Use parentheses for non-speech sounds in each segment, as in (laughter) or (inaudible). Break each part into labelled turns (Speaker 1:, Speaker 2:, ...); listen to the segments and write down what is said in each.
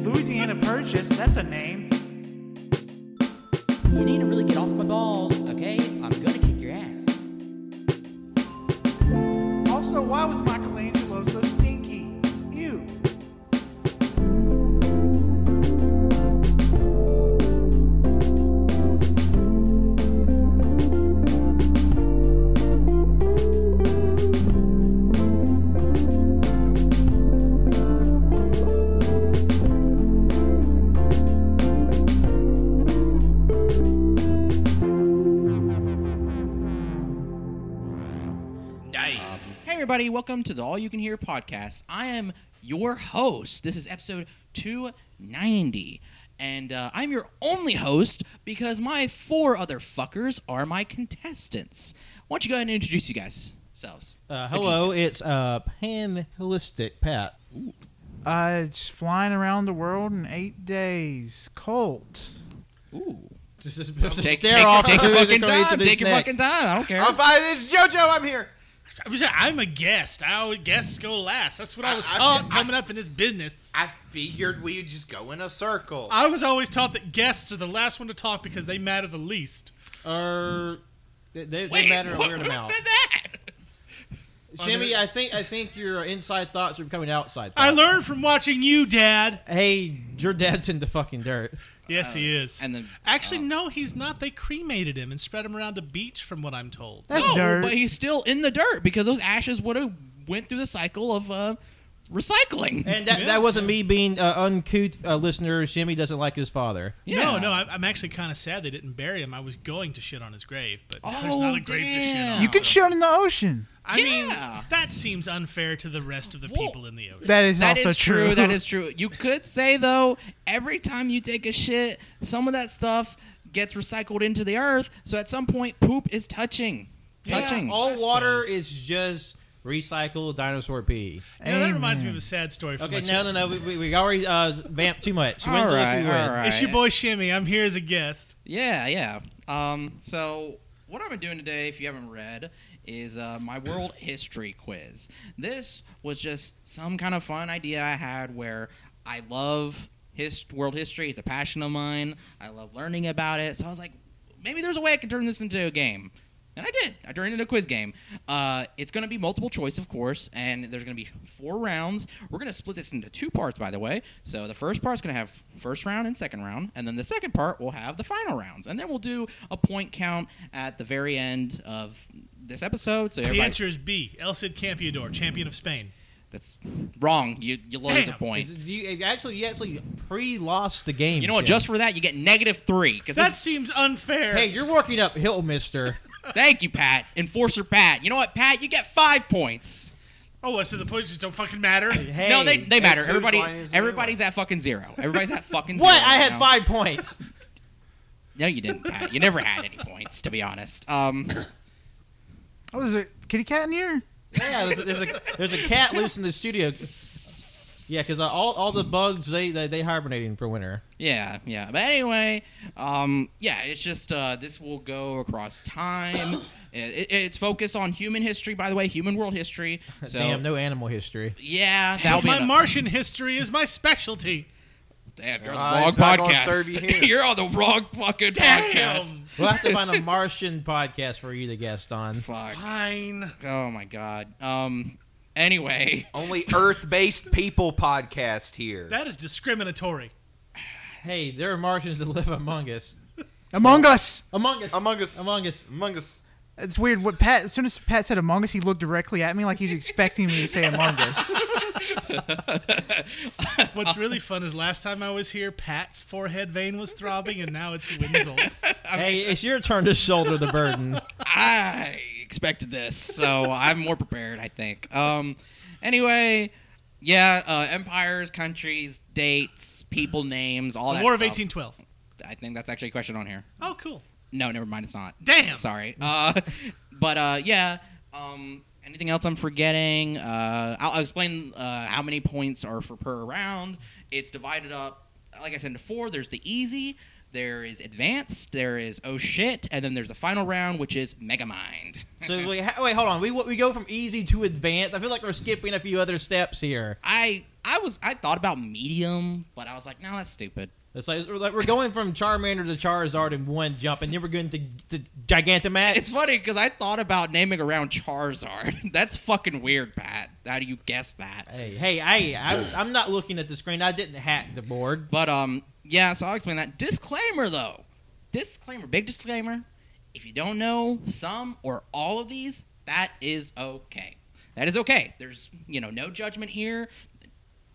Speaker 1: plan of purchase. That's a name.
Speaker 2: You need to really get off my balls, okay? I'm gonna kick your ass.
Speaker 3: Uh,
Speaker 1: Also, why was Michelangelo so stinky? Ew.
Speaker 4: Nice.
Speaker 2: Hey, everybody, welcome to the All You Can Hear podcast. I am your host. This is episode 290. And uh, I'm your only host because my four other fuckers are my contestants. Why don't you go ahead and introduce you guys? Selves.
Speaker 3: Uh, hello, it's uh, Panholistic Pat.
Speaker 1: Uh, it's flying around the world in eight days. Colt.
Speaker 2: Ooh.
Speaker 3: Just
Speaker 2: Take, take, your- take your fucking time. Take your fucking time. I don't care.
Speaker 4: I'm fine. It's JoJo. I'm here.
Speaker 5: I was, I'm a guest. I always guests go last. That's what I was
Speaker 4: I- I-
Speaker 5: taught
Speaker 4: I-
Speaker 5: coming up in this business.
Speaker 4: I figured we'd just go in a circle.
Speaker 5: I was always taught that guests are the last one to talk because they matter the least.
Speaker 3: Or Er, they, they
Speaker 2: Wait,
Speaker 3: matter a
Speaker 2: wh-
Speaker 3: weird
Speaker 2: who
Speaker 3: amount.
Speaker 2: said that?
Speaker 3: Jimmy, I think I think your inside thoughts are becoming outside. Thoughts.
Speaker 5: I learned from watching you, Dad.
Speaker 3: Hey, your dad's in the fucking dirt.
Speaker 5: Yes, he is.
Speaker 2: And then
Speaker 5: Actually, no, he's not. They cremated him and spread him around a beach, from what I'm told.
Speaker 1: That's
Speaker 2: no,
Speaker 1: dirt.
Speaker 2: but he's still in the dirt because those ashes would have went through the cycle of uh, recycling.
Speaker 3: And that,
Speaker 5: Yeah.
Speaker 3: that wasn't me being uh, uncouth uh, listener. Jimmy doesn't like his father.
Speaker 2: yeah.
Speaker 5: No, no, I'm, I'm actually kind of sad they didn't bury him. I was going to shit on his grave, but there's
Speaker 2: Oh,
Speaker 5: not a grave to shit
Speaker 2: damn.
Speaker 5: on.
Speaker 1: You can shoot in the ocean.
Speaker 5: I mean,
Speaker 2: Yeah.
Speaker 5: that seems unfair to the rest of the
Speaker 2: Well,
Speaker 5: people in the ocean.
Speaker 1: That is
Speaker 2: That
Speaker 1: also
Speaker 2: is
Speaker 1: (laughs)
Speaker 2: true. (laughs) That is true. You could say though, every time you take a shit, some of that stuff gets recycled into the earth. So at some point, poop is touching.
Speaker 5: Yeah,
Speaker 2: Touching.
Speaker 3: All
Speaker 5: I
Speaker 3: water
Speaker 5: suppose.
Speaker 3: is just recycled dinosaur pee.
Speaker 5: You know, that reminds me
Speaker 1: Amen.
Speaker 5: of a sad story. From
Speaker 3: Okay,
Speaker 5: my
Speaker 3: no, no, no. We, we, we already uh, vamped too much.
Speaker 2: All
Speaker 3: When's the
Speaker 2: right,
Speaker 3: lucky win?
Speaker 2: all right.
Speaker 5: It's your boy Shimmy. I'm here as a guest.
Speaker 2: Yeah, yeah. Um, so what I've been doing today, if you haven't read, is uh, my world history quiz. This was just some kind of fun idea I had where I love his world history. It's a passion of mine. I love learning about it. So I was like, maybe there's a way I could turn this into a game. And I did. I turned it into a quiz game. Uh, it's going to be multiple choice, of course, and there's going to be four rounds. We're going to split this into two parts, by the way. So the first part's going to have first round and second round, and then the second part will have the final rounds. And then we'll do a point count at the very end of this episode. So
Speaker 5: The
Speaker 2: everybody,
Speaker 5: answer is B. El Cid Campeador, champion of Spain.
Speaker 2: that's wrong. You you lose
Speaker 5: Damn.
Speaker 2: a point.
Speaker 3: Is- You, you actually, you actually pre-lost the game.
Speaker 2: You know what?
Speaker 3: Jim.
Speaker 2: Just for that, you get negative three. Because
Speaker 5: That seems unfair.
Speaker 3: hey, you're working uphill, Mister.
Speaker 2: thank you, Pat, Enforcer Pat. You know what, Pat? You get five points.
Speaker 5: Oh, well, so the points just don't fucking matter.
Speaker 3: Hey,
Speaker 2: (laughs) no, they, they matter.
Speaker 4: whose
Speaker 2: Everybody,
Speaker 4: line is it
Speaker 2: everybody's at fucking zero. Everybody's at fucking
Speaker 3: (laughs)
Speaker 2: zero.
Speaker 3: what?
Speaker 2: (laughs)
Speaker 3: I
Speaker 2: now.
Speaker 3: had five points.
Speaker 2: No, you didn't, Pat. You never had any points, to be honest. Um,
Speaker 1: Oh, there's a kitty cat in here?
Speaker 3: Yeah, there's a, there's a there's a cat loose in the studio. (laughs) Yeah, because uh, all, all the bugs they, they they hibernating for winter.
Speaker 2: yeah, yeah. But anyway, um, yeah, it's just uh, this will go
Speaker 3: (coughs)
Speaker 2: across time. It, it- it's focused on human history, by the way, human world
Speaker 3: (laughs)
Speaker 2: history. So
Speaker 3: Damn, no animal history.
Speaker 2: yeah, that'll be
Speaker 5: my
Speaker 2: enough.
Speaker 5: Martian history is my specialty.
Speaker 2: Damn, you're
Speaker 3: Ah,
Speaker 4: Uh,
Speaker 2: on
Speaker 4: it's
Speaker 2: the wrong
Speaker 4: not gonna
Speaker 2: (laughs)
Speaker 4: serve you
Speaker 2: podcast.
Speaker 4: here.
Speaker 2: you're on the wrong fucking
Speaker 5: Damn.
Speaker 2: podcast.
Speaker 3: We'll have to find a Martian podcast for you to guest on.
Speaker 2: Fuck.
Speaker 5: Fine.
Speaker 2: Oh my god. Um. Anyway.
Speaker 4: (laughs) Only Earth-based people podcast here.
Speaker 5: That is discriminatory.
Speaker 3: Hey, there are Martians that live among us.
Speaker 1: Among Us.
Speaker 3: Among us.
Speaker 4: Among Us.
Speaker 3: Among us.
Speaker 4: Among Us.
Speaker 1: It's weird. What Pat? As soon as Pat said Among Us, he looked directly at me like he's expecting me to say Among Us.
Speaker 5: What's really fun is last time I was here, Pat's forehead vein was throbbing, and now it's Wenzel's.
Speaker 3: Hey, it's your turn to shoulder the burden.
Speaker 2: I expected this,
Speaker 5: (laughs)
Speaker 2: so I'm more prepared, I think. Um, anyway, yeah, uh, empires, countries, dates, people names, all that.
Speaker 5: War of
Speaker 2: stuff.
Speaker 5: 1812.
Speaker 2: I think that's actually a question on here.
Speaker 5: Oh, cool.
Speaker 2: No, never mind. It's not.
Speaker 5: Damn.
Speaker 2: Sorry. Uh, (laughs) but uh, yeah. Um, anything else I'm forgetting? Uh, I'll, I'll explain uh, how many points are for per round. It's divided up, like I said, into four. There's the easy. There is advanced. There is oh shit, and then there's the final round, which is Megamind.
Speaker 3: So wait, ha- wait, hold on. We we go from easy to advanced. I feel like we're skipping a few other steps here.
Speaker 2: I I was I thought about Medium, but I was like, no, that's stupid. (laughs)
Speaker 3: It's like, we're like we're going from Charmander to Charizard in one jump, and then we're going to, to Gigantamax.
Speaker 2: It's funny because I thought about naming around Charizard. (laughs) that's fucking weird, Pat. How do you guess that?
Speaker 3: hey, hey, hey! I, I'm not looking at the screen. I didn't hack the board.
Speaker 2: But um, yeah. So I'll explain that. Disclaimer though. Disclaimer. Big disclaimer. If you don't know some or all of these, that is okay. That is okay. There's you know no judgment here,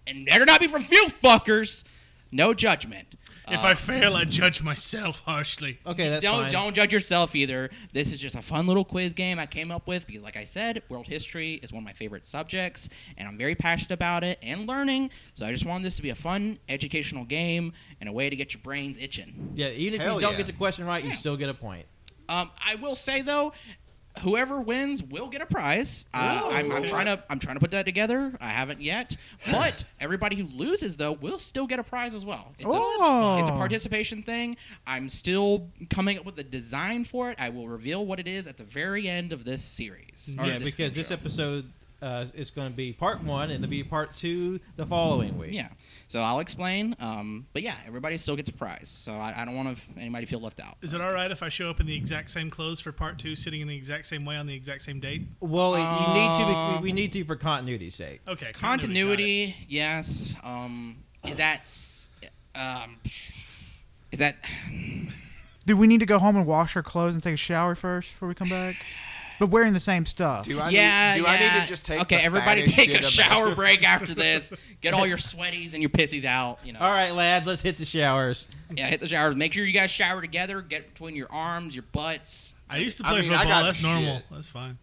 Speaker 2: and better not be from you fuckers. No judgment.
Speaker 5: If I fail, I judge myself harshly.
Speaker 3: Okay, that's
Speaker 2: don't
Speaker 3: fine.
Speaker 2: don't judge yourself either. This is just a fun little quiz game I came up with because, like I said, world history is one of my favorite subjects, and I'm very passionate about it and learning. So I just wanted this to be a fun, educational game and a way to get your brains itching.
Speaker 3: Yeah, even if
Speaker 4: Hell
Speaker 3: you don't
Speaker 4: yeah.
Speaker 3: get the question right, you
Speaker 2: Yeah.
Speaker 3: still get a point.
Speaker 2: Um, I will say though, whoever wins will get a prize.
Speaker 3: Oh.
Speaker 2: Uh, I'm, I'm trying to I'm trying to put that together. I haven't
Speaker 3: (gasps)
Speaker 2: yet, but everybody who loses though will still get a prize as well. It's,
Speaker 1: Oh.
Speaker 2: a, it's a participation thing. I'm still coming up with a design for it. I will reveal what it is at the very end of this series. or
Speaker 3: yeah,
Speaker 2: this
Speaker 3: because
Speaker 2: game
Speaker 3: this
Speaker 2: show.
Speaker 3: episode uh, is going to be part one, and there'll be part two the following week.
Speaker 2: Yeah, so I'll explain. Um, but yeah, everybody still gets a prize. So I, I don't want to anybody to feel left out.
Speaker 5: Is it all right if I show up in the exact same clothes for part two, sitting in the exact same way on the exact same date?
Speaker 3: Well, you need to.
Speaker 2: Um,
Speaker 3: We, we need to for continuity's sake.
Speaker 5: Okay.
Speaker 2: continuity yes um is that s- um is that
Speaker 1: Do we need to go home and wash our clothes and take a shower first before we come back? But wearing the same stuff.
Speaker 4: Do I
Speaker 2: yeah
Speaker 4: need, do
Speaker 2: yeah.
Speaker 4: I need to just take
Speaker 2: okay
Speaker 4: the
Speaker 2: everybody
Speaker 4: fattest
Speaker 2: take
Speaker 4: shit
Speaker 2: a
Speaker 4: about-
Speaker 2: shower break
Speaker 4: (laughs)
Speaker 2: after this get all your sweaties and your pissies out you know
Speaker 3: All right, lads, let's hit the showers.
Speaker 2: yeah hit the showers make sure you guys shower together get between your arms your butts
Speaker 5: I used to
Speaker 4: I
Speaker 5: play
Speaker 4: mean, I
Speaker 5: football.
Speaker 4: got
Speaker 5: That's
Speaker 4: shit.
Speaker 5: normal. That's fine.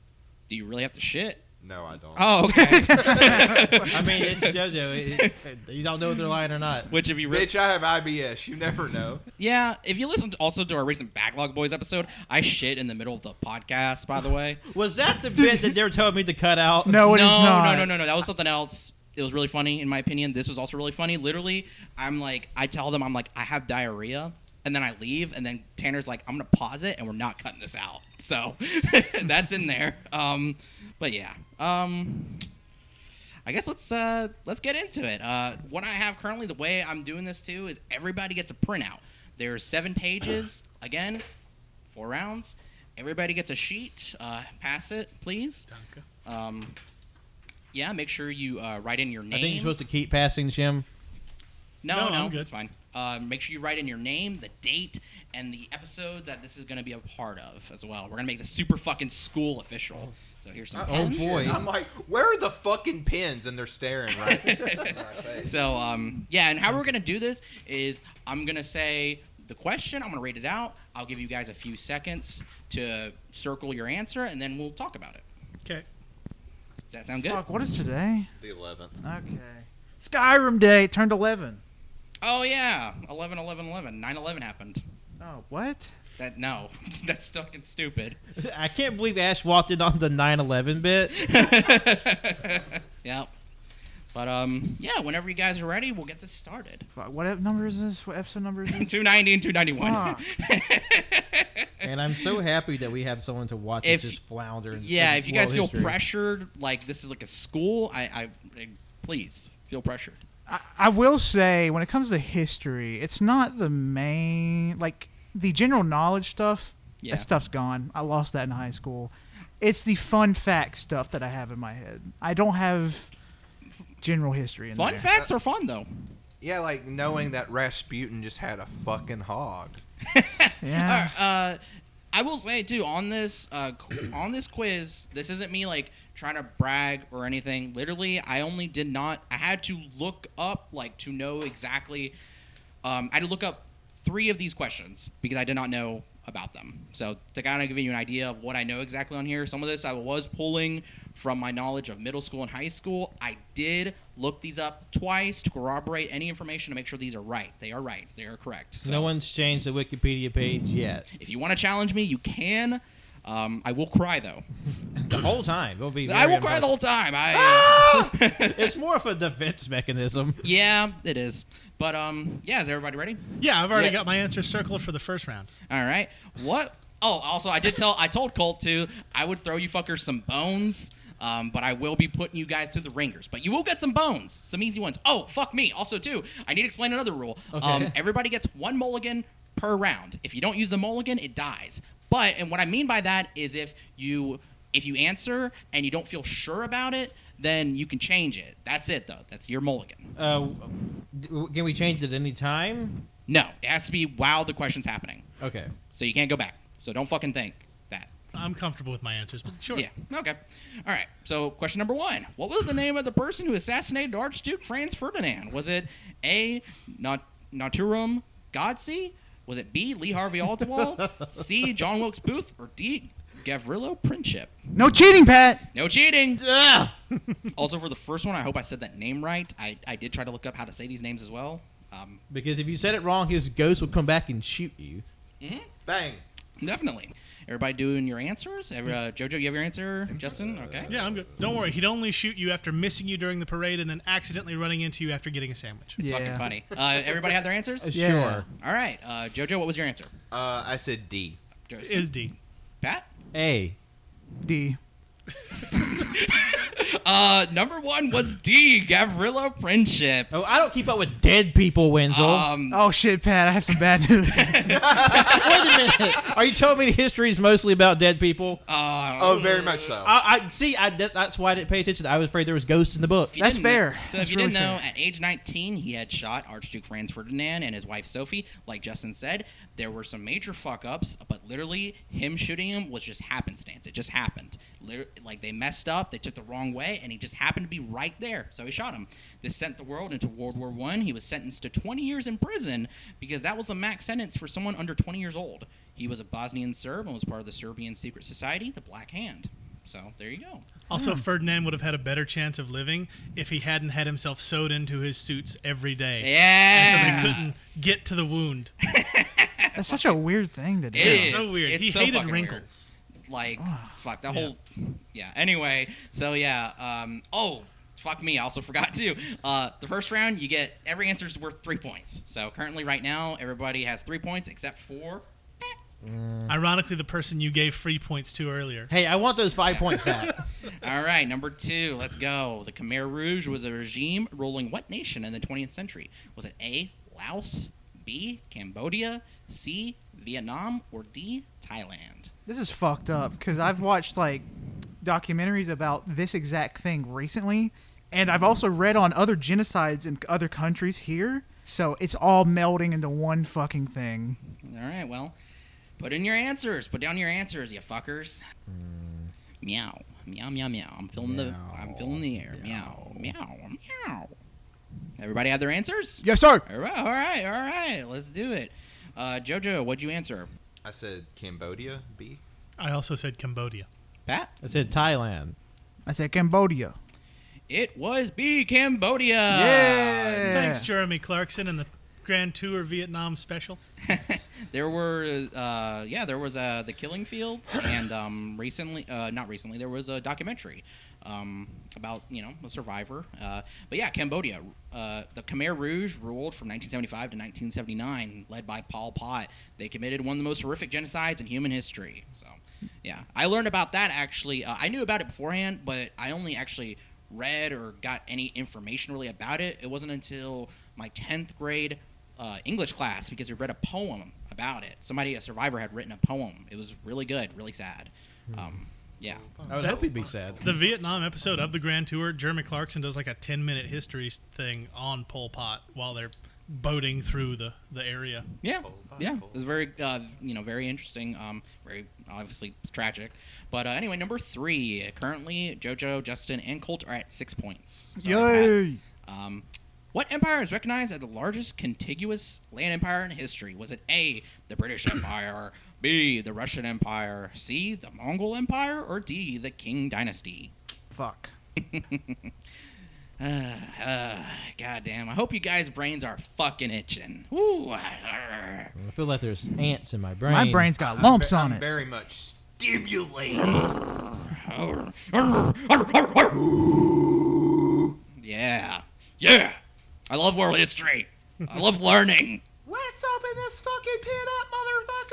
Speaker 2: do you really have to shit
Speaker 4: No, I don't.
Speaker 2: oh okay
Speaker 4: (laughs)
Speaker 3: I mean,
Speaker 2: (laughs)
Speaker 3: it's JoJo. It- it- you don't know whether they're lying or not.
Speaker 2: which if you really
Speaker 4: Bitch, I have IBS. You never know.
Speaker 2: yeah if you listen to, also to our recent backlog boys episode i shit in the middle of the podcast by the way
Speaker 3: Was that the bit that they were telling me to cut out?
Speaker 1: no, it is
Speaker 2: no,
Speaker 1: not.
Speaker 2: No, no, no, no. That was something else. It was really funny, in my opinion. This was also really funny. Literally, I'm like, I tell them, I'm like, I have diarrhea. And then I leave, and then Tanner's like, I'm gonna pause it, and we're not cutting this out. So (laughs) that's in there. Um, but yeah, um, I guess let's uh, let's get into it. Uh, what I have currently, the way I'm doing this too, is everybody gets a printout. There's seven pages. Again, four rounds. Everybody gets a sheet. Uh, pass it, please. Um, yeah, make sure you uh, write in your name.
Speaker 3: I think you're supposed to keep passing, Jim.
Speaker 2: no,
Speaker 5: No,
Speaker 2: no,
Speaker 5: I'm good.
Speaker 2: it's fine. Uh, make sure you write in your name, the date, and the episode that this is going to be a part of as well. We're going to make this super fucking school official. So here's some.
Speaker 3: Oh,
Speaker 2: pens.
Speaker 3: boy.
Speaker 4: I'm like, where are the fucking pins? And they're staring right in my
Speaker 2: (laughs)
Speaker 4: face.
Speaker 2: So um, yeah, and how we're gonna do this is I'm gonna say the question, I'm gonna read it out. I'll give you guys a few seconds to circle your answer, and then we'll talk about it.
Speaker 5: Okay.
Speaker 2: Does that sound good?
Speaker 1: Fuck, what is today?
Speaker 4: The 11th.
Speaker 1: Okay. Skyrim Day turned 11.
Speaker 2: Oh yeah, 11, 11, 11. 9, 11 happened.
Speaker 1: Oh, what?
Speaker 2: That no, (laughs) that's fucking stupid.
Speaker 3: I can't believe Ash walked in on the 9/11 bit.
Speaker 2: Yep. But um, yeah. Whenever you guys are ready, we'll get this started. (laughs)
Speaker 1: Fuck, what ep- number is this? What episode number is this?
Speaker 2: Two ninety and two ninety (laughs) one.
Speaker 1: Fuck.
Speaker 3: And I'm so happy that we have someone to watch
Speaker 2: If-
Speaker 3: us just flounder. in-
Speaker 2: Yeah.
Speaker 3: in
Speaker 2: If you guys feel
Speaker 3: world history.
Speaker 2: pressured, like this is like a school, I, I please feel pressured.
Speaker 1: I, I will say, when it comes to history, it's not the main. Like, the general knowledge stuff,
Speaker 2: Yeah.
Speaker 1: that stuff's gone. I lost that in high school. It's the fun fact stuff that I have in my head. I don't have general history in
Speaker 2: Fun
Speaker 1: there.
Speaker 2: facts are fun though.
Speaker 4: Yeah, like knowing that Rasputin just had a fucking hog.
Speaker 1: Yeah.
Speaker 2: All right, uh, I will say too on this uh, qu- on this quiz, this isn't me like trying to brag or anything. Literally, I only did not. I had to look up like to know exactly. Um, I had to look up three of these questions because I did not know about them. So to kind of give you an idea of what I know exactly on here, some of this I was pulling from my knowledge of middle school and high school. I did look these up twice to corroborate any information to make sure these are right. They are right. They are correct. So
Speaker 3: No one's changed the Wikipedia page yet.
Speaker 2: if you want to challenge me, you can. Um, I will cry though.
Speaker 3: The whole time, it'll be.
Speaker 2: I
Speaker 3: very
Speaker 2: will cry the whole time. I,
Speaker 3: embarrassing. It's more of a defense mechanism.
Speaker 2: yeah, it is. But um, yeah, is everybody ready?
Speaker 5: Yeah, I've already
Speaker 3: Yeah.
Speaker 5: got my answer circled for the first round.
Speaker 2: All right. What? Oh, also, I did tell I told Colt too. I would throw you fuckers some bones. Um, but I will be putting you guys through the ringers. But you will get some bones, some easy ones. Oh, fuck me. Also, too, I need to explain another rule. Um, everybody gets one mulligan per round. If you don't use the mulligan, it dies. But and what I mean by that is if you if you answer and you don't feel sure about it, then you can change it. That's it though. That's your mulligan.
Speaker 3: Uh, d- w- can we change it any time?
Speaker 2: No, it has to be while the question's happening.
Speaker 3: Okay.
Speaker 2: So you can't go back. So don't fucking think that.
Speaker 5: I'm comfortable with my answers, but sure.
Speaker 2: Yeah. Okay. All right. So question number one: What was the name of the person who assassinated Archduke Franz Ferdinand? Was it A. Nat- Naturum Godsey? Was it B. Lee Harvey Oswald? C. John Wilkes Booth? Or D. Gavrilo Princip?
Speaker 1: No cheating, Pat.
Speaker 2: No cheating.
Speaker 3: Ah!
Speaker 2: Also, for the first one, I hope I said that name right. I, I did try to look up how to say these names as well. Um,
Speaker 3: Because if you said it wrong, his ghost would come back and shoot you.
Speaker 4: Bang.
Speaker 2: definitely. Everybody doing your answers? Every, uh, Jojo, you have your answer? Justin? Okay.
Speaker 5: Yeah, I'm good. Don't worry. He'd only shoot you after missing you during the parade and then accidentally running into you after getting a sandwich.
Speaker 2: It's fucking
Speaker 1: Yeah.
Speaker 2: funny. Uh, everybody have their answers?
Speaker 3: Uh,
Speaker 1: Yeah.
Speaker 3: Sure.
Speaker 2: All right. Uh, Jojo, what was your answer?
Speaker 4: Uh, I said D.
Speaker 2: Joseph.
Speaker 5: Is D.
Speaker 2: Pat?
Speaker 3: A.
Speaker 1: D.
Speaker 2: Uh, number one was D, Gavrilo Friendship.
Speaker 3: Oh, I don't keep up with dead people, Wenzel.
Speaker 2: Um,
Speaker 1: Oh shit, Pat! I have some bad
Speaker 2: (laughs)
Speaker 1: news.
Speaker 3: (laughs) Wait a minute. Are you telling me history is mostly about dead people?
Speaker 2: uh,
Speaker 4: Oh, very much so.
Speaker 3: I, I see. I that- that's why I didn't pay attention. I was afraid there was ghosts in the book.
Speaker 2: if you
Speaker 1: That's
Speaker 2: didn't know-
Speaker 1: fair.
Speaker 2: so
Speaker 1: That's
Speaker 2: if you
Speaker 1: really
Speaker 2: didn't know,
Speaker 1: fair.
Speaker 2: at age 19, he had shot Archduke Franz Ferdinand and his wife Sophie. Like Justin said, there were some major fuck ups, but literally him shooting him was just happenstance. It just happened. Liter- like they messed up, they took the wrong way, and he just happened to be right there. So he shot him. This sent the world into World War One. He was sentenced to 20 years in prison because that was the max sentence for someone under 20 years old. He was a Bosnian Serb and was part of the Serbian secret society, the Black Hand. So there you go.
Speaker 5: Also, Ferdinand would have had a better chance of living if he hadn't had himself sewed into his suits every day.
Speaker 2: Yeah.
Speaker 5: So they couldn't get to the wound.
Speaker 1: That's such a weird thing to do.
Speaker 2: It
Speaker 5: It's
Speaker 2: is.
Speaker 5: so weird.
Speaker 2: It's
Speaker 5: he
Speaker 2: so
Speaker 5: hated
Speaker 2: fucking
Speaker 5: wrinkles.
Speaker 2: like
Speaker 1: Ah.
Speaker 2: fuck that whole yeah anyway so yeah um oh fuck me i also (laughs) forgot too uh the first round you get every answer is worth three points so currently right now everybody has three points except for
Speaker 5: Ironically, the person you gave free points to earlier.
Speaker 3: Hey, I want those five points back.
Speaker 2: all right number two let's go the khmer rouge was a regime ruling what nation in the 20th century was it a laos b cambodia c vietnam or d thailand
Speaker 1: This is fucked up because I've watched like documentaries about this exact thing recently, and I've also read on other genocides in other countries here. So it's all melding into one fucking thing.
Speaker 2: All right, well, put in your answers. Put down your answers, you fuckers. Meow, meow, meow, meow. I'm filling the, I'm filling the air. Meow, meow, meow. Everybody have their answers?
Speaker 3: yes, sir.
Speaker 2: All right, all right, all right. Let's do it. Uh, Jojo, what'd you answer?
Speaker 4: I said Cambodia B.
Speaker 5: I also said Cambodia.
Speaker 2: Pat?
Speaker 3: I said Thailand.
Speaker 1: I said Cambodia.
Speaker 2: It was B, Cambodia.
Speaker 1: yeah.
Speaker 5: Thanks, Jeremy Clarkson and the Grand Tour Vietnam special.
Speaker 2: There were, uh, yeah, there was uh, the Killing Fields, and um, recently, uh, not recently, there was a documentary um, about you know a survivor. Uh, but yeah, Cambodia, uh, the Khmer Rouge ruled from 1975 to 1979, led by Pol Pot. They committed one of the most horrific genocides in human history. So, yeah, I learned about that actually. Uh, I knew about it beforehand, but I only actually read or got any information really about it. It wasn't until my 10th grade uh, English class because we read a poem about it. Somebody, a survivor, had written a poem. It was really good, really sad. Um, yeah.
Speaker 3: I would hope he'd be sad.
Speaker 5: The Vietnam episode of the Grand Tour, Jeremy Clarkson does like a 10 minute history s- thing on Pol Pot while they're boating through the, the area.
Speaker 2: Yeah,
Speaker 4: Cool, cool,
Speaker 2: yeah,
Speaker 4: cool.
Speaker 2: it's very, uh, you know, very interesting. Um, very obviously it's tragic, but uh, anyway, number three. Currently, JoJo, Justin, and Colt are at six points. So they're
Speaker 1: Yay!
Speaker 2: at- Um, what empire is recognized as the largest contiguous land empire in history? Was it A, the British Empire, B, the Russian Empire, C, the Mongol Empire, or D, the Qing Dynasty?
Speaker 1: Fuck.
Speaker 2: Uh, uh, God damn, I hope you guys' brains are fucking itching. Woo! arr.
Speaker 3: I feel like there's ants in my brain.
Speaker 1: My brain's got
Speaker 4: I'm
Speaker 1: lumps
Speaker 4: ve-
Speaker 1: on
Speaker 4: I'm
Speaker 1: it.
Speaker 4: Very much stimulated.
Speaker 2: Yeah. Yeah. I love world history. I love learning.
Speaker 4: Let's open this fucking pit up, motherfucker.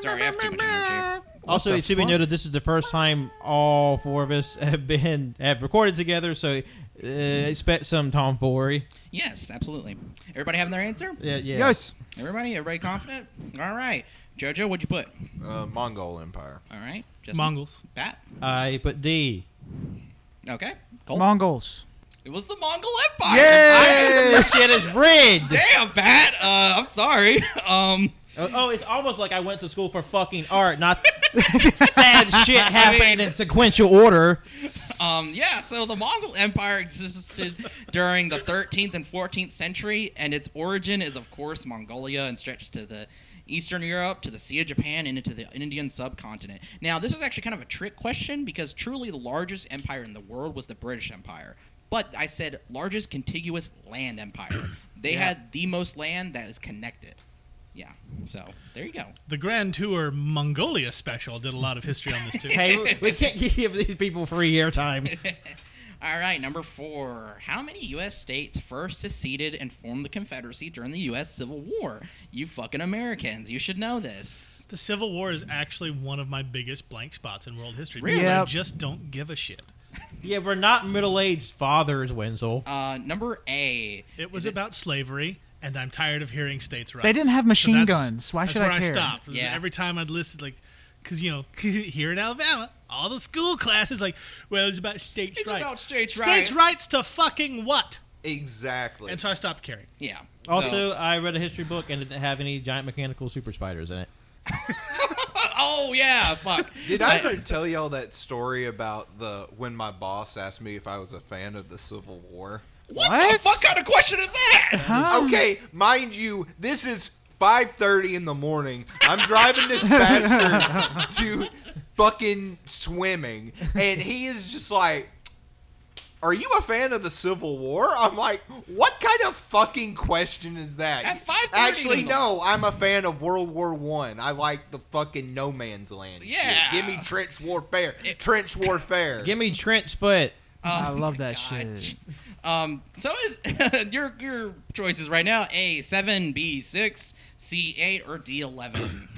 Speaker 2: Sorry, I have too much energy.
Speaker 3: Also,
Speaker 1: the
Speaker 3: it should be
Speaker 1: fuck?
Speaker 3: noted this is the first time all four of us (laughs) have been have recorded together, so uh, expect some tomfoolery.
Speaker 2: Yes, absolutely. Everybody having their answer?
Speaker 3: Yeah, yeah.
Speaker 1: Yes.
Speaker 2: Everybody? Everybody confident? All right. JoJo, what'd you put?
Speaker 4: Uh, Mongol Empire.
Speaker 2: All right. Justin?
Speaker 5: Mongols.
Speaker 2: Pat?
Speaker 3: I put D.
Speaker 2: Okay.
Speaker 4: Oh.
Speaker 2: Cole?
Speaker 1: Mongols.
Speaker 2: it was the Mongol Empire.
Speaker 1: Yay!
Speaker 3: this shit is red.
Speaker 2: I- damn, Pat. Uh, I'm sorry. (laughs) Um,
Speaker 3: Oh, oh, it's almost like I went to school for fucking art, not (laughs) sad shit happening in sequential order.
Speaker 2: um, yeah, so the Mongol Empire existed during the 13th and 14th century, and its origin is, of course, Mongolia and stretched to the Eastern Europe, to the Sea of Japan, and into the Indian subcontinent. Now, this was actually kind of a trick question because truly the largest empire in the world was the British Empire. But I said largest contiguous land empire. They
Speaker 3: Yeah.
Speaker 2: had the most land that is connected. Yeah, so there you go.
Speaker 5: The Grand Tour Mongolia special did a lot of history on this too.
Speaker 3: Hey, we- we can't give these people free airtime.
Speaker 2: All right, number four. How many U.S. states first seceded and formed the Confederacy during the U.S. Civil War? You fucking Americans, you should know this.
Speaker 5: The Civil War is actually one of my biggest blank spots in world history.
Speaker 2: Really?
Speaker 5: Because I
Speaker 1: Yep.
Speaker 5: just don't give a shit.
Speaker 3: (laughs) Yeah, we're not middle-aged fathers, Wenzel.
Speaker 2: Uh, number A.
Speaker 5: It was
Speaker 2: Is
Speaker 5: about slavery, and I'm tired of hearing states' rights.
Speaker 1: They didn't have machine
Speaker 5: that's-
Speaker 1: guns. Why
Speaker 5: that's
Speaker 1: should
Speaker 5: where
Speaker 1: I
Speaker 5: I
Speaker 1: care?
Speaker 5: stopped. It was
Speaker 2: Yeah.
Speaker 5: Every time I'd listen, like, because you know, (laughs) here in Alabama, all the school classes, like, well, it's about states'
Speaker 2: It's
Speaker 5: rights.
Speaker 2: about states' rights.
Speaker 5: States' rights to fucking what?
Speaker 4: Exactly.
Speaker 5: And so I stopped caring.
Speaker 2: Yeah. So-
Speaker 3: Also, I read a history book and it didn't have any giant mechanical super spiders in it.
Speaker 2: oh yeah, fuck.
Speaker 4: Did I ever tell y'all that story about the when my boss asked me if I was a fan of the Civil War?
Speaker 2: what, the
Speaker 1: What?
Speaker 2: fuck kind of question is that?
Speaker 1: Huh?
Speaker 4: Okay, mind you, this is 5:30 in the morning. I'm driving this bastard to fucking swimming, and he is just like. Are you a fan of the Civil War? I'm like, what kind of fucking question is that?
Speaker 2: At 5:30
Speaker 4: Actually,
Speaker 2: in the-
Speaker 4: no. I'm a fan of World War One. I. like the fucking no man's land. shit.
Speaker 2: Yeah.
Speaker 4: give me trench warfare. trench warfare.
Speaker 3: Give me trench foot.
Speaker 1: I love that
Speaker 2: God.
Speaker 1: shit.
Speaker 2: Oh Um, so is (laughs) your your choices right now A seven, B six, C eight, or D eleven?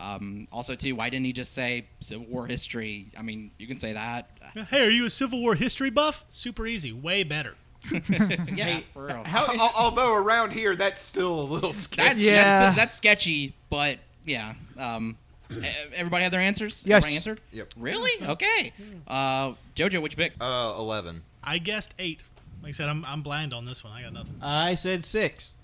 Speaker 2: Um, also, too, why didn't he just say Civil War history? I mean, you can say that.
Speaker 5: Hey, are you a Civil War history buff? Super easy, way better.
Speaker 2: Yeah, for real.
Speaker 4: Al- al- Although around here, that's still a little
Speaker 2: (laughs)
Speaker 4: sketchy.
Speaker 2: That's,
Speaker 1: Yeah.
Speaker 2: that's that's sketchy, but yeah. Um, e- everybody have their answers.
Speaker 1: Yes.
Speaker 2: Everybody answered.
Speaker 4: Yep.
Speaker 2: Really? Okay. Uh, Jojo, what you pick?
Speaker 4: Uh, eleven.
Speaker 5: I guessed eight. Like I said, I'm, I'm blind on this one. I got nothing.
Speaker 3: I said six.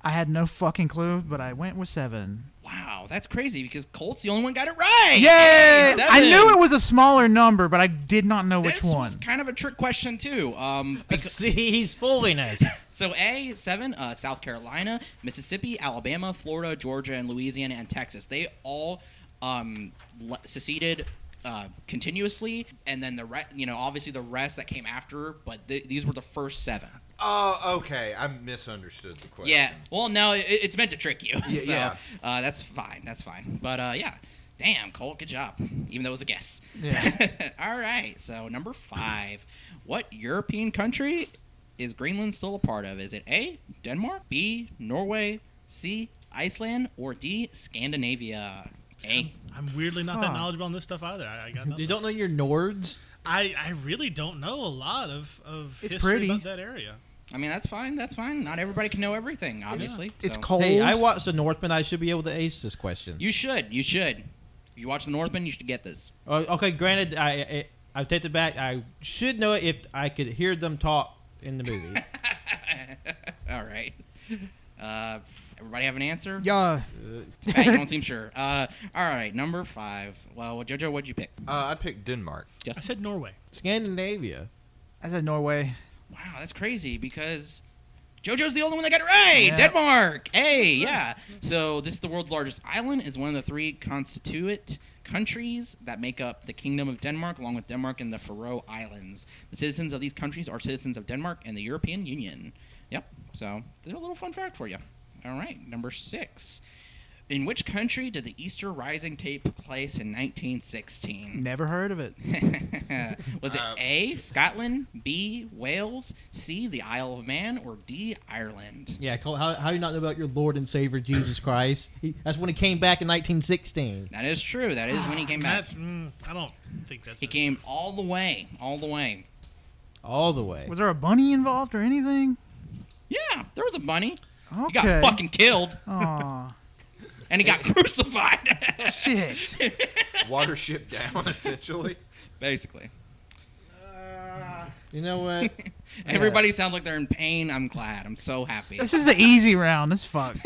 Speaker 1: I had no fucking clue, but I went with seven.
Speaker 2: Wow, that's crazy because Colt's the only one got it right.
Speaker 1: Yay!
Speaker 2: Seven.
Speaker 1: I knew it was a smaller number, but I did not know which
Speaker 2: This
Speaker 1: one.
Speaker 2: was kind of a trick question too. Um, because,
Speaker 3: (laughs) See, he's fooling us.
Speaker 2: so A seven, uh, South Carolina, Mississippi, Alabama, Florida, Georgia, and Louisiana and Texas. They all um, le- seceded uh, continuously, and then the re- you know obviously the rest that came after, but th- these were the first seven.
Speaker 4: Oh, okay. I misunderstood the question.
Speaker 2: Yeah. Well, no, it, it's meant to trick you. (laughs)
Speaker 4: Yeah,
Speaker 2: so,
Speaker 4: yeah.
Speaker 2: Uh, that's fine. That's fine. But uh, yeah. Damn, Colt, good job. Even though it was a guess.
Speaker 1: Yeah.
Speaker 2: (laughs) All right. So number five, what European country is Greenland still a part of? Is it A, Denmark, B, Norway, C, Iceland, or D, Scandinavia? A.
Speaker 5: I'm weirdly not that
Speaker 1: Huh.
Speaker 5: knowledgeable on this stuff either. I, I
Speaker 1: (laughs)
Speaker 3: (laughs)
Speaker 5: got
Speaker 3: you
Speaker 5: nothing.
Speaker 3: don't know your Nords?
Speaker 5: I, I really don't know a lot of, of
Speaker 1: It's
Speaker 5: history
Speaker 1: pretty.
Speaker 5: about that area.
Speaker 2: I mean, that's fine. That's fine. Not everybody can know everything, obviously.
Speaker 1: it's
Speaker 2: so-
Speaker 1: cold.
Speaker 3: Hey, I watched The Northman. I should be able to ace this question.
Speaker 2: You should. You should. If you watch The Northman, you should get this.
Speaker 3: Oh, okay, granted, I, I I take it back. I should know it if I could hear them talk in the (laughs) movie.
Speaker 2: All right. (laughs) Uh, everybody have an answer?
Speaker 1: yeah,
Speaker 2: Pat, you don't seem sure. Uh, all right, number five. Well, JoJo, what'd you pick?
Speaker 4: Uh, I picked (laughs) Denmark.
Speaker 5: I
Speaker 2: Justin?
Speaker 5: said Norway.
Speaker 3: Scandinavia.
Speaker 1: I said Norway.
Speaker 2: wow, that's crazy because JoJo's the only one that got it right.
Speaker 1: Yeah.
Speaker 2: Denmark. Hey, yeah. So this is the world's largest island. is one of the three constituent countries that make up the Kingdom of Denmark, along with Denmark and the Faroe Islands. The citizens of these countries are citizens of Denmark and the European Union. Yep. So there's a little fun fact for you. All right, number six. In which country did the Easter Rising take place in 1916?
Speaker 1: Never heard of it.
Speaker 2: (laughs) Was it
Speaker 4: Uh,
Speaker 2: A, Scotland, B, Wales, C, the Isle of Man, or D, Ireland?
Speaker 3: Yeah, Cole, how, how do you not know about your Lord and Savior Jesus Christ? He, that's when he came back in 1916.
Speaker 2: That is true. That is when he came back.
Speaker 5: That's, mm, I don't think that's.
Speaker 2: He
Speaker 5: it.
Speaker 2: came all the way, all the way.
Speaker 3: All the way.
Speaker 1: Was there a bunny involved or anything?
Speaker 2: Yeah, there was a bunny.
Speaker 1: Okay.
Speaker 2: He got fucking killed,
Speaker 1: Aw,
Speaker 2: (laughs) and he got (laughs) crucified. (laughs)
Speaker 1: shit.
Speaker 4: Watership down, (laughs) essentially.
Speaker 2: Basically,
Speaker 3: You know (laughs) what?
Speaker 2: everybody sounds like they're in pain. I'm glad. I'm so happy.
Speaker 1: This is the easy round. This fuck.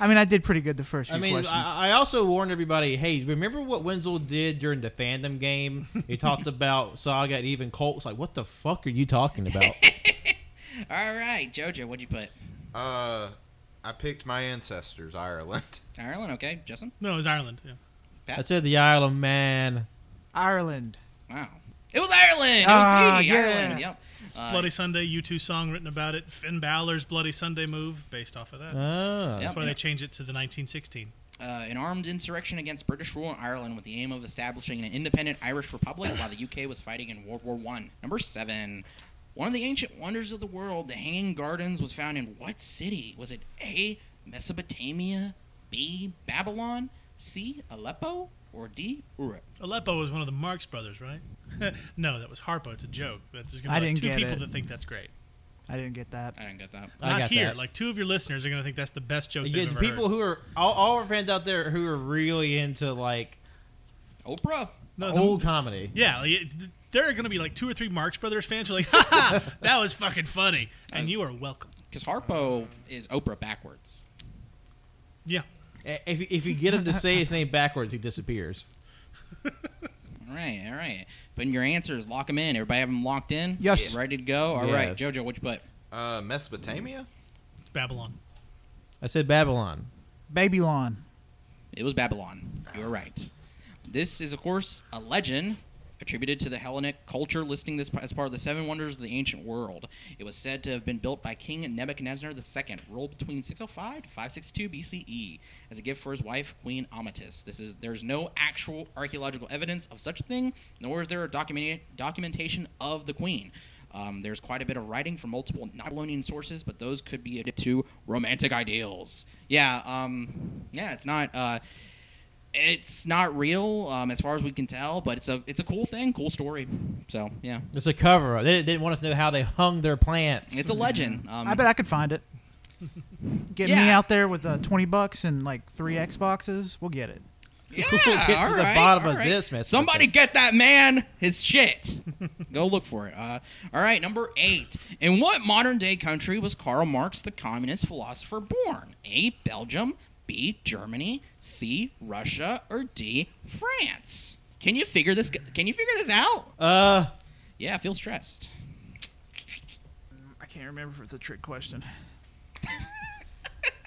Speaker 1: I mean, I did pretty good the first few
Speaker 3: I mean,
Speaker 1: questions.
Speaker 3: I, I also warned everybody. Hey, remember what Wenzel did during the fandom game? He talked about Saga and even Colt's like, "What the fuck are you talking about?"
Speaker 2: all right, Jojo, what'd you put?
Speaker 4: Uh, I picked my ancestors, Ireland.
Speaker 2: Ireland, okay. Justin,
Speaker 5: No, it was Ireland. Yeah.
Speaker 3: I said the Isle of Man.
Speaker 1: Ireland.
Speaker 2: wow. It was Ireland. It was
Speaker 1: Ah,
Speaker 2: me,
Speaker 1: yeah.
Speaker 2: Ireland. Yep. Uh,
Speaker 5: Bloody Sunday, U2 song written about it. Finn Balor's Bloody Sunday move based off of that.
Speaker 3: Oh.
Speaker 2: Yep.
Speaker 5: That's why they changed it to the 1916.
Speaker 2: uh, an armed insurrection against British rule in Ireland with the aim of establishing an independent Irish republic while the UK was fighting in World War One. Number seven. One of the ancient wonders of the world, the Hanging Gardens, was found in what city? Was it A. Mesopotamia, B. Babylon, C. Aleppo, or D. Uruk?
Speaker 5: Aleppo was one of the Marx brothers, right? (laughs) no, that was Harpo. It's a joke. That's, there's
Speaker 1: I
Speaker 5: going
Speaker 1: didn't
Speaker 5: to be like two
Speaker 1: get
Speaker 5: people
Speaker 1: it.
Speaker 5: that think that's great.
Speaker 1: I didn't get that.
Speaker 2: I didn't get that.
Speaker 3: I
Speaker 5: Not
Speaker 3: got
Speaker 5: here.
Speaker 3: that.
Speaker 5: Like two of your listeners are going to think that's the best joke.
Speaker 3: Yeah,
Speaker 5: they've
Speaker 3: the
Speaker 5: ever
Speaker 3: people
Speaker 5: heard.
Speaker 3: who are all, all our fans out there who are really into like
Speaker 2: Oprah.
Speaker 5: No, the-
Speaker 3: old comedy.
Speaker 5: Yeah, like, it- th- there are going to be like two or three Marx Brothers fans who are like, (laughs) "Ha ha, that was fucking funny," and you are welcome.
Speaker 2: Because Harpo is Oprah backwards.
Speaker 5: Yeah,
Speaker 3: A- If you, if you get him to say his name backwards, he disappears.
Speaker 2: All right, all right. Put in your answers. Lock them in. Everybody have them locked in?
Speaker 1: Yes.
Speaker 2: Ready to go? All
Speaker 3: Yes.
Speaker 2: right, JoJo, what you put?
Speaker 4: Uh, Mesopotamia?
Speaker 5: Babylon.
Speaker 3: I said Babylon.
Speaker 1: Babylon.
Speaker 2: It was Babylon. You were right. This is, of course, a legend attributed to the Hellenic culture, listing this as part of the seven wonders of the ancient world. It was said to have been built by King Nebuchadnezzar II, ruled between 605 to 562 BCE, E, as a gift for his wife, Queen Amatis. This is there's no actual archaeological evidence of such a thing, nor is there a document, documentation of the queen. Um, there's quite a bit of writing from multiple Babylonian sources, but those could be added to romantic ideals. Yeah, um, yeah, it's not. Uh, it's not real, um, as far as we can tell, but it's a it's a cool thing, cool story. So yeah,
Speaker 3: It's a cover. They didn't- didn't want us to know how they hung their plants.
Speaker 2: it's a legend. Um,
Speaker 1: I bet I could find
Speaker 2: (laughs)
Speaker 1: it. Get me
Speaker 2: Yeah.
Speaker 1: out there with uh, twenty bucks and like three Xboxes. We'll get it.
Speaker 2: (laughs) yeah,
Speaker 3: (laughs) We'll get to
Speaker 2: all
Speaker 3: the
Speaker 2: right,
Speaker 3: bottom
Speaker 2: all
Speaker 3: of
Speaker 2: right.
Speaker 3: this mess.
Speaker 2: Somebody get that man his shit. (laughs) Go look for it. Uh, all right, number eight. In what modern day country was Karl Marx, the communist philosopher, born? A. Belgium, B. Germany, C. Russia, or D. France? Can you figure this? Can you figure this out?
Speaker 3: Uh,
Speaker 2: Yeah, I feel stressed.
Speaker 1: Mm, I can't remember if it's a trick question.
Speaker 2: (laughs)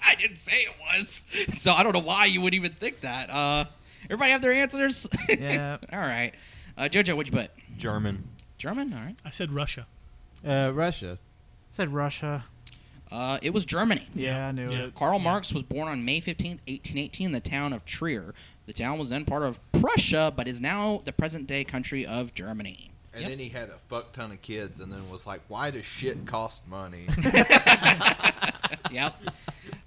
Speaker 2: I didn't say it was. So I don't know why you would even think that. Uh, everybody have their answers? (laughs)
Speaker 1: Yeah.
Speaker 2: all right. Uh, Jojo, what'd you put?
Speaker 4: German.
Speaker 2: German? All right.
Speaker 5: I said Russia.
Speaker 3: uh, Russia.
Speaker 1: said Russia.
Speaker 2: Uh, it was Germany.
Speaker 1: Yeah, I knew
Speaker 5: Yeah.
Speaker 1: it.
Speaker 2: Karl Marx was born on May 15th, 1818, in the town of Trier. The town was then part of Prussia, but is now the present day country of Germany.
Speaker 4: And
Speaker 2: Yep.
Speaker 4: then he had a fuck ton of kids and then was like, why does shit cost (laughs) money?
Speaker 2: yep.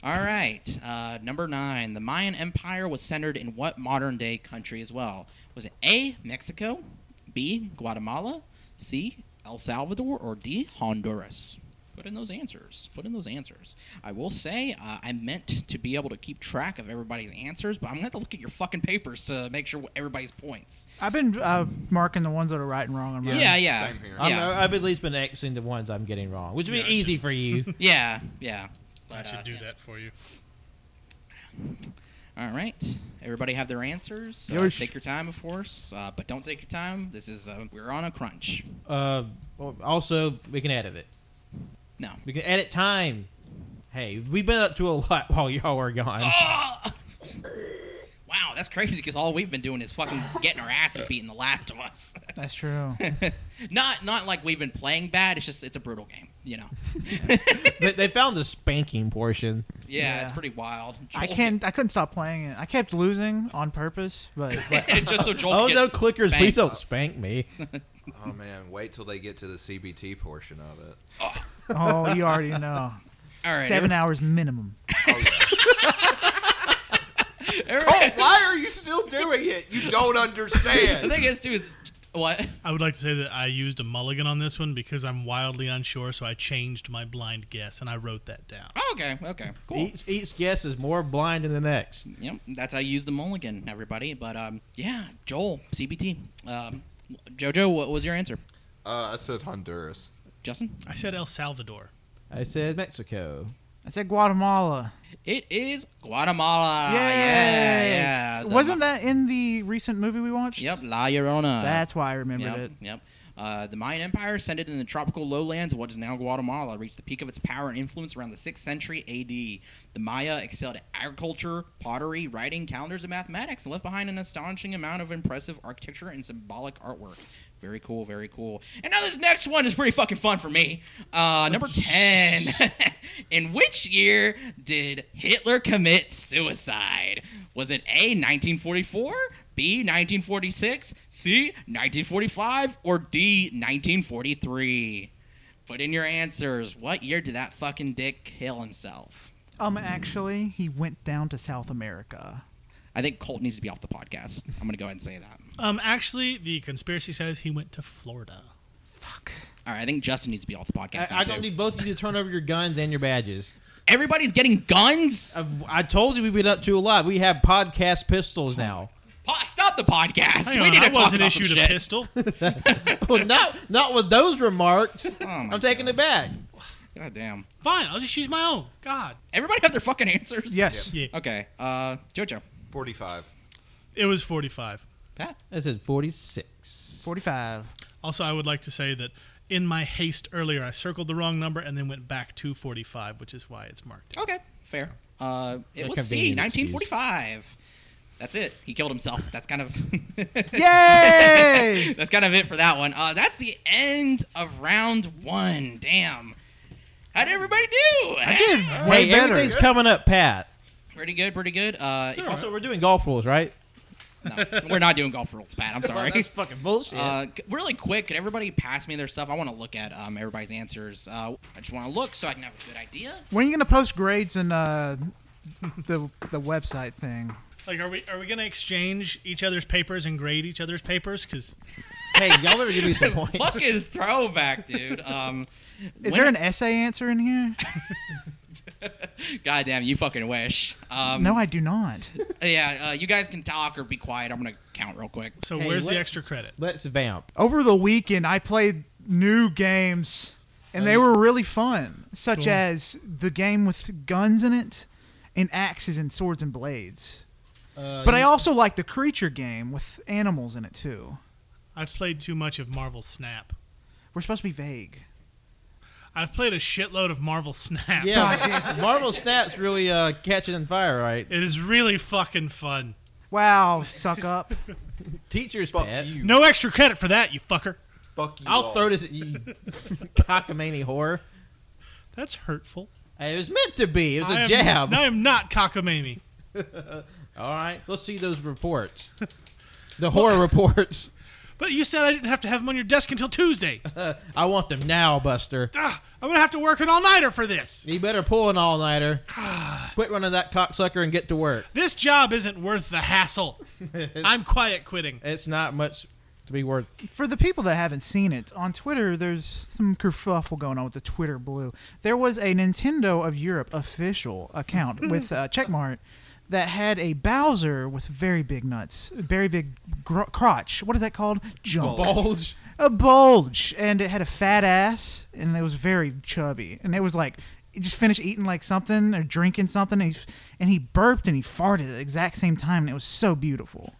Speaker 2: All right. Uh, number nine. The Mayan Empire was centered in what modern day country as well? Was it A, Mexico, B, Guatemala, C, El Salvador, or D, Honduras? Put in those answers. Put in those answers. I will say, uh, I meant to be able to keep track of everybody's answers, but I'm going to have to look at your fucking papers to make sure what everybody's points.
Speaker 1: I've been uh, marking the ones that are right and wrong on my.
Speaker 2: Yeah, yeah.
Speaker 4: Same here.
Speaker 3: I'm,
Speaker 2: Yeah.
Speaker 3: I've at least been Xing the ones I'm getting wrong, which would be
Speaker 5: Yes.
Speaker 3: easy for
Speaker 5: (laughs)
Speaker 3: you.
Speaker 2: Yeah, yeah.
Speaker 5: I
Speaker 2: But,
Speaker 5: should
Speaker 2: uh,
Speaker 5: do
Speaker 2: yeah.
Speaker 5: that for you.
Speaker 2: All right. Everybody have their answers. Uh,
Speaker 1: Yosh.
Speaker 2: take your time, of course, uh, but don't take your time. This is uh, we're on a crunch.
Speaker 3: Uh, well, also, we can edit it.
Speaker 2: No.
Speaker 3: We can edit time. Hey, we've been up to a lot while y'all were
Speaker 2: (laughs)
Speaker 3: gone.
Speaker 2: Ah! wow, that's crazy because all we've been doing is fucking getting our asses beat in The Last of Us. (laughs)
Speaker 1: That's true.
Speaker 2: not not like we've been playing bad. It's just it's a brutal game, you know.
Speaker 3: they, they found the spanking portion.
Speaker 2: Yeah,
Speaker 1: Yeah.
Speaker 2: it's pretty wild.
Speaker 1: I
Speaker 2: Joel-
Speaker 1: can't. I couldn't stop playing it. I kept losing on purpose, but
Speaker 2: (laughs) just so Joel.
Speaker 3: Oh
Speaker 2: can
Speaker 3: no,
Speaker 2: get
Speaker 3: clickers!
Speaker 2: spanked.
Speaker 3: Please don't spank me.
Speaker 4: Oh man, wait till they get to the CBT portion of it.
Speaker 1: oh, you already know.
Speaker 2: (laughs) All right,
Speaker 1: Seven hours minimum.
Speaker 2: every-
Speaker 4: (laughs) Oh,
Speaker 2: (laughs)
Speaker 4: why are you still doing it? You don't
Speaker 2: the
Speaker 4: understand.
Speaker 2: thing is, too, is what?
Speaker 5: I would like to say that I used a mulligan on this one because I'm wildly unsure, so I changed my blind guess and I wrote that down.
Speaker 2: Oh, okay, okay, cool.
Speaker 3: Each, each guess is more blind than the next.
Speaker 2: Yep, that's how you use the mulligan, everybody. But um, yeah, Joel, CBT. Um, JoJo, what was your answer?
Speaker 4: (laughs) Uh, I said Honduras.
Speaker 2: Justin?
Speaker 5: I said El Salvador.
Speaker 3: I said Mexico.
Speaker 1: I said Guatemala.
Speaker 2: It is Guatemala.
Speaker 1: Yay!
Speaker 2: Ah, Yeah, yeah. The-
Speaker 1: Wasn't that in the recent movie we watched?
Speaker 2: Yep, La Llorona.
Speaker 1: That's why I remembered
Speaker 2: yep,
Speaker 1: it.
Speaker 2: Yep. Uh, the Mayan Empire, centered in the tropical lowlands of what is now Guatemala, reached the peak of its power and influence around the 6th century AD. The Maya excelled at agriculture, pottery, writing, calendars, and mathematics, and left behind an astonishing amount of impressive architecture and symbolic artwork. Very cool, very cool. And now this next one is pretty fucking fun for me. Uh, number 10. (laughs) in which year did Hitler commit suicide? Was it A, 1944? B 1946, C 1945, or D 1943. Put in your answers. What year did that fucking dick kill himself?
Speaker 1: Um, actually, he went down to South America.
Speaker 2: I think Colt needs to be off the podcast. I'm gonna go ahead and say that.
Speaker 5: Um, actually, the conspiracy says he went to Florida.
Speaker 1: Fuck.
Speaker 2: All right, I think Justin needs to be off the podcast. now
Speaker 3: I, I don't
Speaker 2: too.
Speaker 3: need both of you to turn over your guns and your
Speaker 2: (laughs)
Speaker 3: badges.
Speaker 2: Everybody's getting guns.
Speaker 3: I've, I told you we've been up to a lot. We have podcast pistols now. (laughs)
Speaker 2: Pa- stop the podcast.
Speaker 5: Hang
Speaker 2: we
Speaker 5: on,
Speaker 2: need to
Speaker 5: I
Speaker 2: talk
Speaker 5: wasn't
Speaker 2: about some
Speaker 5: issued a
Speaker 2: shit. (laughs)
Speaker 5: pistol.
Speaker 3: well, not not with those
Speaker 2: (laughs)
Speaker 3: remarks.
Speaker 2: Oh, my
Speaker 3: I'm taking it back.
Speaker 2: God damn.
Speaker 5: Fine, I'll just use my own. God,
Speaker 2: Everybody have their fucking answers.
Speaker 1: Yes.
Speaker 5: Yeah.
Speaker 2: Okay. Uh, JoJo.
Speaker 4: 45.
Speaker 5: it was 45.
Speaker 2: Pat.
Speaker 3: I said 46.
Speaker 1: Forty-five.
Speaker 5: Also, I would like to say that in my haste earlier, I circled the wrong number and then went back to 45, which is why it's marked.
Speaker 2: Okay, fair. Uh, it
Speaker 3: A
Speaker 2: was C,
Speaker 3: convenient
Speaker 2: 1945. That's it. He killed himself. That's kind of (laughs)
Speaker 1: Yay!
Speaker 2: that's kind of it for that one. Uh, that's the end of round one. Damn. How'd everybody do?
Speaker 1: I did way
Speaker 3: hey,
Speaker 1: better.
Speaker 3: everything's coming up, Pat.
Speaker 2: Pretty good, pretty good. Uh, if
Speaker 3: Also, we're doing golf rules, right?
Speaker 2: I'm- no, we're not doing golf rules,
Speaker 1: (laughs)
Speaker 2: Pat. I'm sorry.
Speaker 3: fucking bullshit.
Speaker 2: Uh, c- really quick, could everybody pass me their stuff? I want to look at um, everybody's answers. Uh, I just want to look so I can have a good idea.
Speaker 1: When are you gonna post grades and uh, the the website thing?
Speaker 5: Like, are we are we gonna exchange each other's papers and grade each other's papers? Because
Speaker 3: hey, y'all better give me
Speaker 2: (laughs)
Speaker 3: some points.
Speaker 2: Fucking throwback, dude. Um,
Speaker 1: (laughs) Is
Speaker 2: when-
Speaker 1: there an essay answer in here?
Speaker 2: (laughs) Goddamn, you fucking wish. Um,
Speaker 1: No, I do not.
Speaker 2: Yeah, uh, you guys can talk or be quiet. I'm gonna count real quick.
Speaker 5: so,
Speaker 3: Hey,
Speaker 5: where's
Speaker 3: what-
Speaker 5: the extra credit?
Speaker 3: Let's vamp.
Speaker 1: Over the weekend, I played new games, and they were really fun, such
Speaker 5: Cool.
Speaker 1: as the game with guns in it, and axes and swords and blades.
Speaker 3: Uh,
Speaker 1: But I also like the creature game with animals in it too.
Speaker 5: I've played too much of Marvel Snap.
Speaker 1: We're supposed to be vague.
Speaker 5: I've played a shitload of Marvel (laughs) Snap.
Speaker 3: yeah, (laughs) Marvel Snap's really uh, catching on fire, right?
Speaker 5: It is really fucking fun.
Speaker 1: Wow, suck up.
Speaker 3: Teachers,
Speaker 4: Fuck
Speaker 3: Pat.
Speaker 4: you.
Speaker 5: No extra credit for that, you fucker.
Speaker 4: Fuck you.
Speaker 3: I'll
Speaker 4: all.
Speaker 3: throw this at you, (laughs) cockamamie whore.
Speaker 5: That's hurtful.
Speaker 3: Hey, It was meant to be. It was a
Speaker 5: I am-
Speaker 3: jab.
Speaker 5: I am not cockamamie.
Speaker 3: All right, let's see those reports. The horror reports.
Speaker 5: But you said I didn't have to have them on your desk until Tuesday.
Speaker 3: I want them now, Buster.
Speaker 5: Ah, I'm gonna have to work an all nighter for this.
Speaker 3: You better pull an all
Speaker 5: (sighs)
Speaker 3: nighter. Quit running that cocksucker and get to work.
Speaker 5: This job isn't worth the hassle. I'm quiet quitting.
Speaker 3: It's not much to be worth.
Speaker 1: For the people that haven't seen it, on Twitter, there's some kerfuffle going on with the Twitter blue. There was a Nintendo of Europe official account with uh, Checkmark that had a Bowser with very big nuts, very big gr- crotch. What is that called? Jump.
Speaker 3: Bulge.
Speaker 1: A bulge. And it had a fat ass, and it was very chubby. And it was like, he just finished eating like something or drinking something, and he, and he burped and he farted at the exact same time, and it was so beautiful.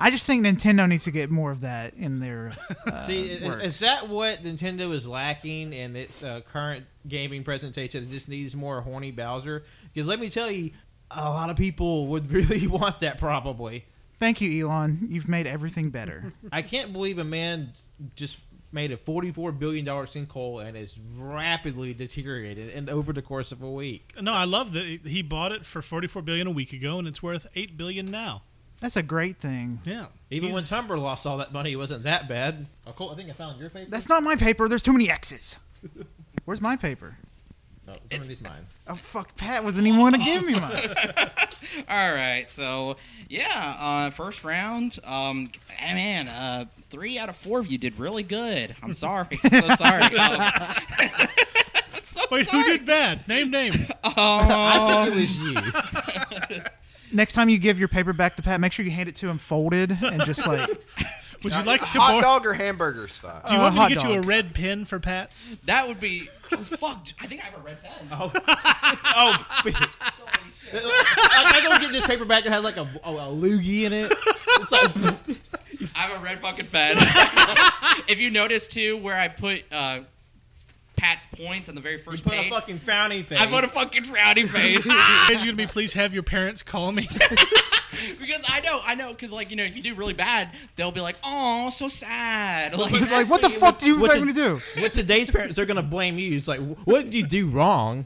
Speaker 1: I just think Nintendo needs to get more of that
Speaker 3: (laughs)
Speaker 1: in their. Uh,
Speaker 3: See, is,
Speaker 1: works.
Speaker 3: is that what Nintendo is lacking in its uh, current gaming presentation? It just needs more horny Bowser. Because let me tell you, a lot of people (laughs) would really want that probably.
Speaker 1: Thank you, Elon. You've made everything better.
Speaker 3: I can't believe a man just made a forty-four billion dollar sinkhole and is rapidly deteriorated, and over the course of a week.
Speaker 5: No, I love that he- he bought it for forty-four billion a week ago, and it's worth eight billion now.
Speaker 1: That's a great thing.
Speaker 5: Yeah,
Speaker 3: Even
Speaker 5: He's-
Speaker 3: when Tumblr lost all that money, it wasn't that bad. Oh, Colt, I think I found your favorite.
Speaker 1: That's not my paper. There's too many X's. Where's my paper?
Speaker 3: no, somebody's mine.
Speaker 1: Oh fuck! Pat wasn't even want to give me mine.
Speaker 3: (laughs)
Speaker 2: All right, so yeah, uh, first round. Um, eh, man, uh, three out of four of you did really good.
Speaker 3: (laughs)
Speaker 2: I'm sorry, I'm so sorry. Um, I'm so
Speaker 5: wait,
Speaker 2: sorry.
Speaker 5: who did bad? Name names.
Speaker 3: I think it was you.
Speaker 1: Next time you give your paper back to Pat, make sure you hand it to him folded and
Speaker 3: (laughs)
Speaker 1: just like
Speaker 5: Would you like to
Speaker 4: Hot
Speaker 5: borrow?
Speaker 4: dog or hamburger style?
Speaker 5: Do you
Speaker 1: Uh,
Speaker 5: want me
Speaker 1: hot
Speaker 5: to get you a
Speaker 1: dog.
Speaker 5: red pen for Pat's?
Speaker 2: That would be. Oh, fuck, dude, I think I have a red pen.
Speaker 3: Oh, I, I go get this paper back that has like a, oh, a, a loogie in it. It's like
Speaker 2: I have a red fucking
Speaker 3: (laughs)
Speaker 2: pen. if you notice too, where I put uh, Pat's points on the very first
Speaker 3: put a
Speaker 2: page,
Speaker 3: fucking frowny thing.
Speaker 2: I put a fucking frowny face.
Speaker 5: Is you gonna be? Please have your parents call me.
Speaker 2: Because I know, I know, because like you know, if you do really bad, they'll be like, "Oh, so sad." Like,
Speaker 1: he's like, what the
Speaker 3: Actually,
Speaker 1: fuck do you
Speaker 3: (laughs) what did-
Speaker 1: expect me to do?
Speaker 3: With today's parents, they're gonna blame you. It's like, what did you do wrong?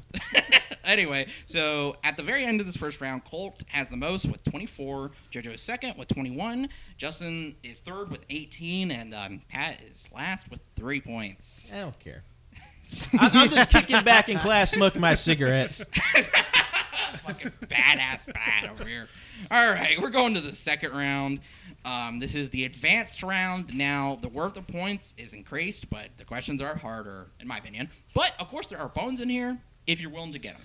Speaker 2: anyway, so at the very end of this first round, Colt has the most with 24. JoJo is second with 21. Justin is third with 18, and um, Pat is last with three points.
Speaker 3: (laughs) I don't care. I, I'm just kicking back in class, smoking my cigarettes.
Speaker 2: fucking badass Pat over here. All right, we're going to the second round. Um, this is the advanced round. Now, the worth of points is increased, but the questions are harder, in my opinion. But, of course, there are bones in here if you're willing to get them.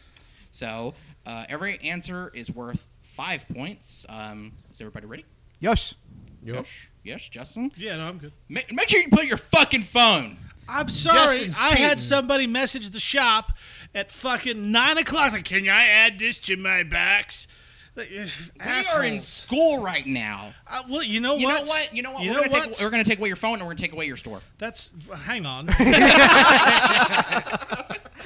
Speaker 2: So, uh, every answer is worth five points. Um, is everybody ready?
Speaker 1: Yes,
Speaker 2: Yes. Yes, Justin?
Speaker 5: (laughs) yeah, no, I'm good.
Speaker 2: Ma- make sure you put your fucking phone.
Speaker 5: I'm sorry.
Speaker 3: Justin's
Speaker 5: I
Speaker 3: cheating.
Speaker 5: had somebody message the shop at fucking nine o'clock. Like, can I add this to my box? Like, (sighs) ugh,
Speaker 2: We are in
Speaker 5: assholes.
Speaker 2: school right now.
Speaker 5: Uh, well, you know
Speaker 2: You
Speaker 5: what?
Speaker 2: know what? You know what?
Speaker 5: You
Speaker 2: we're
Speaker 5: know
Speaker 2: gonna
Speaker 5: what?
Speaker 2: Take, we're gonna take away your phone and we're gonna take away your store.
Speaker 5: That's hang on. (laughs)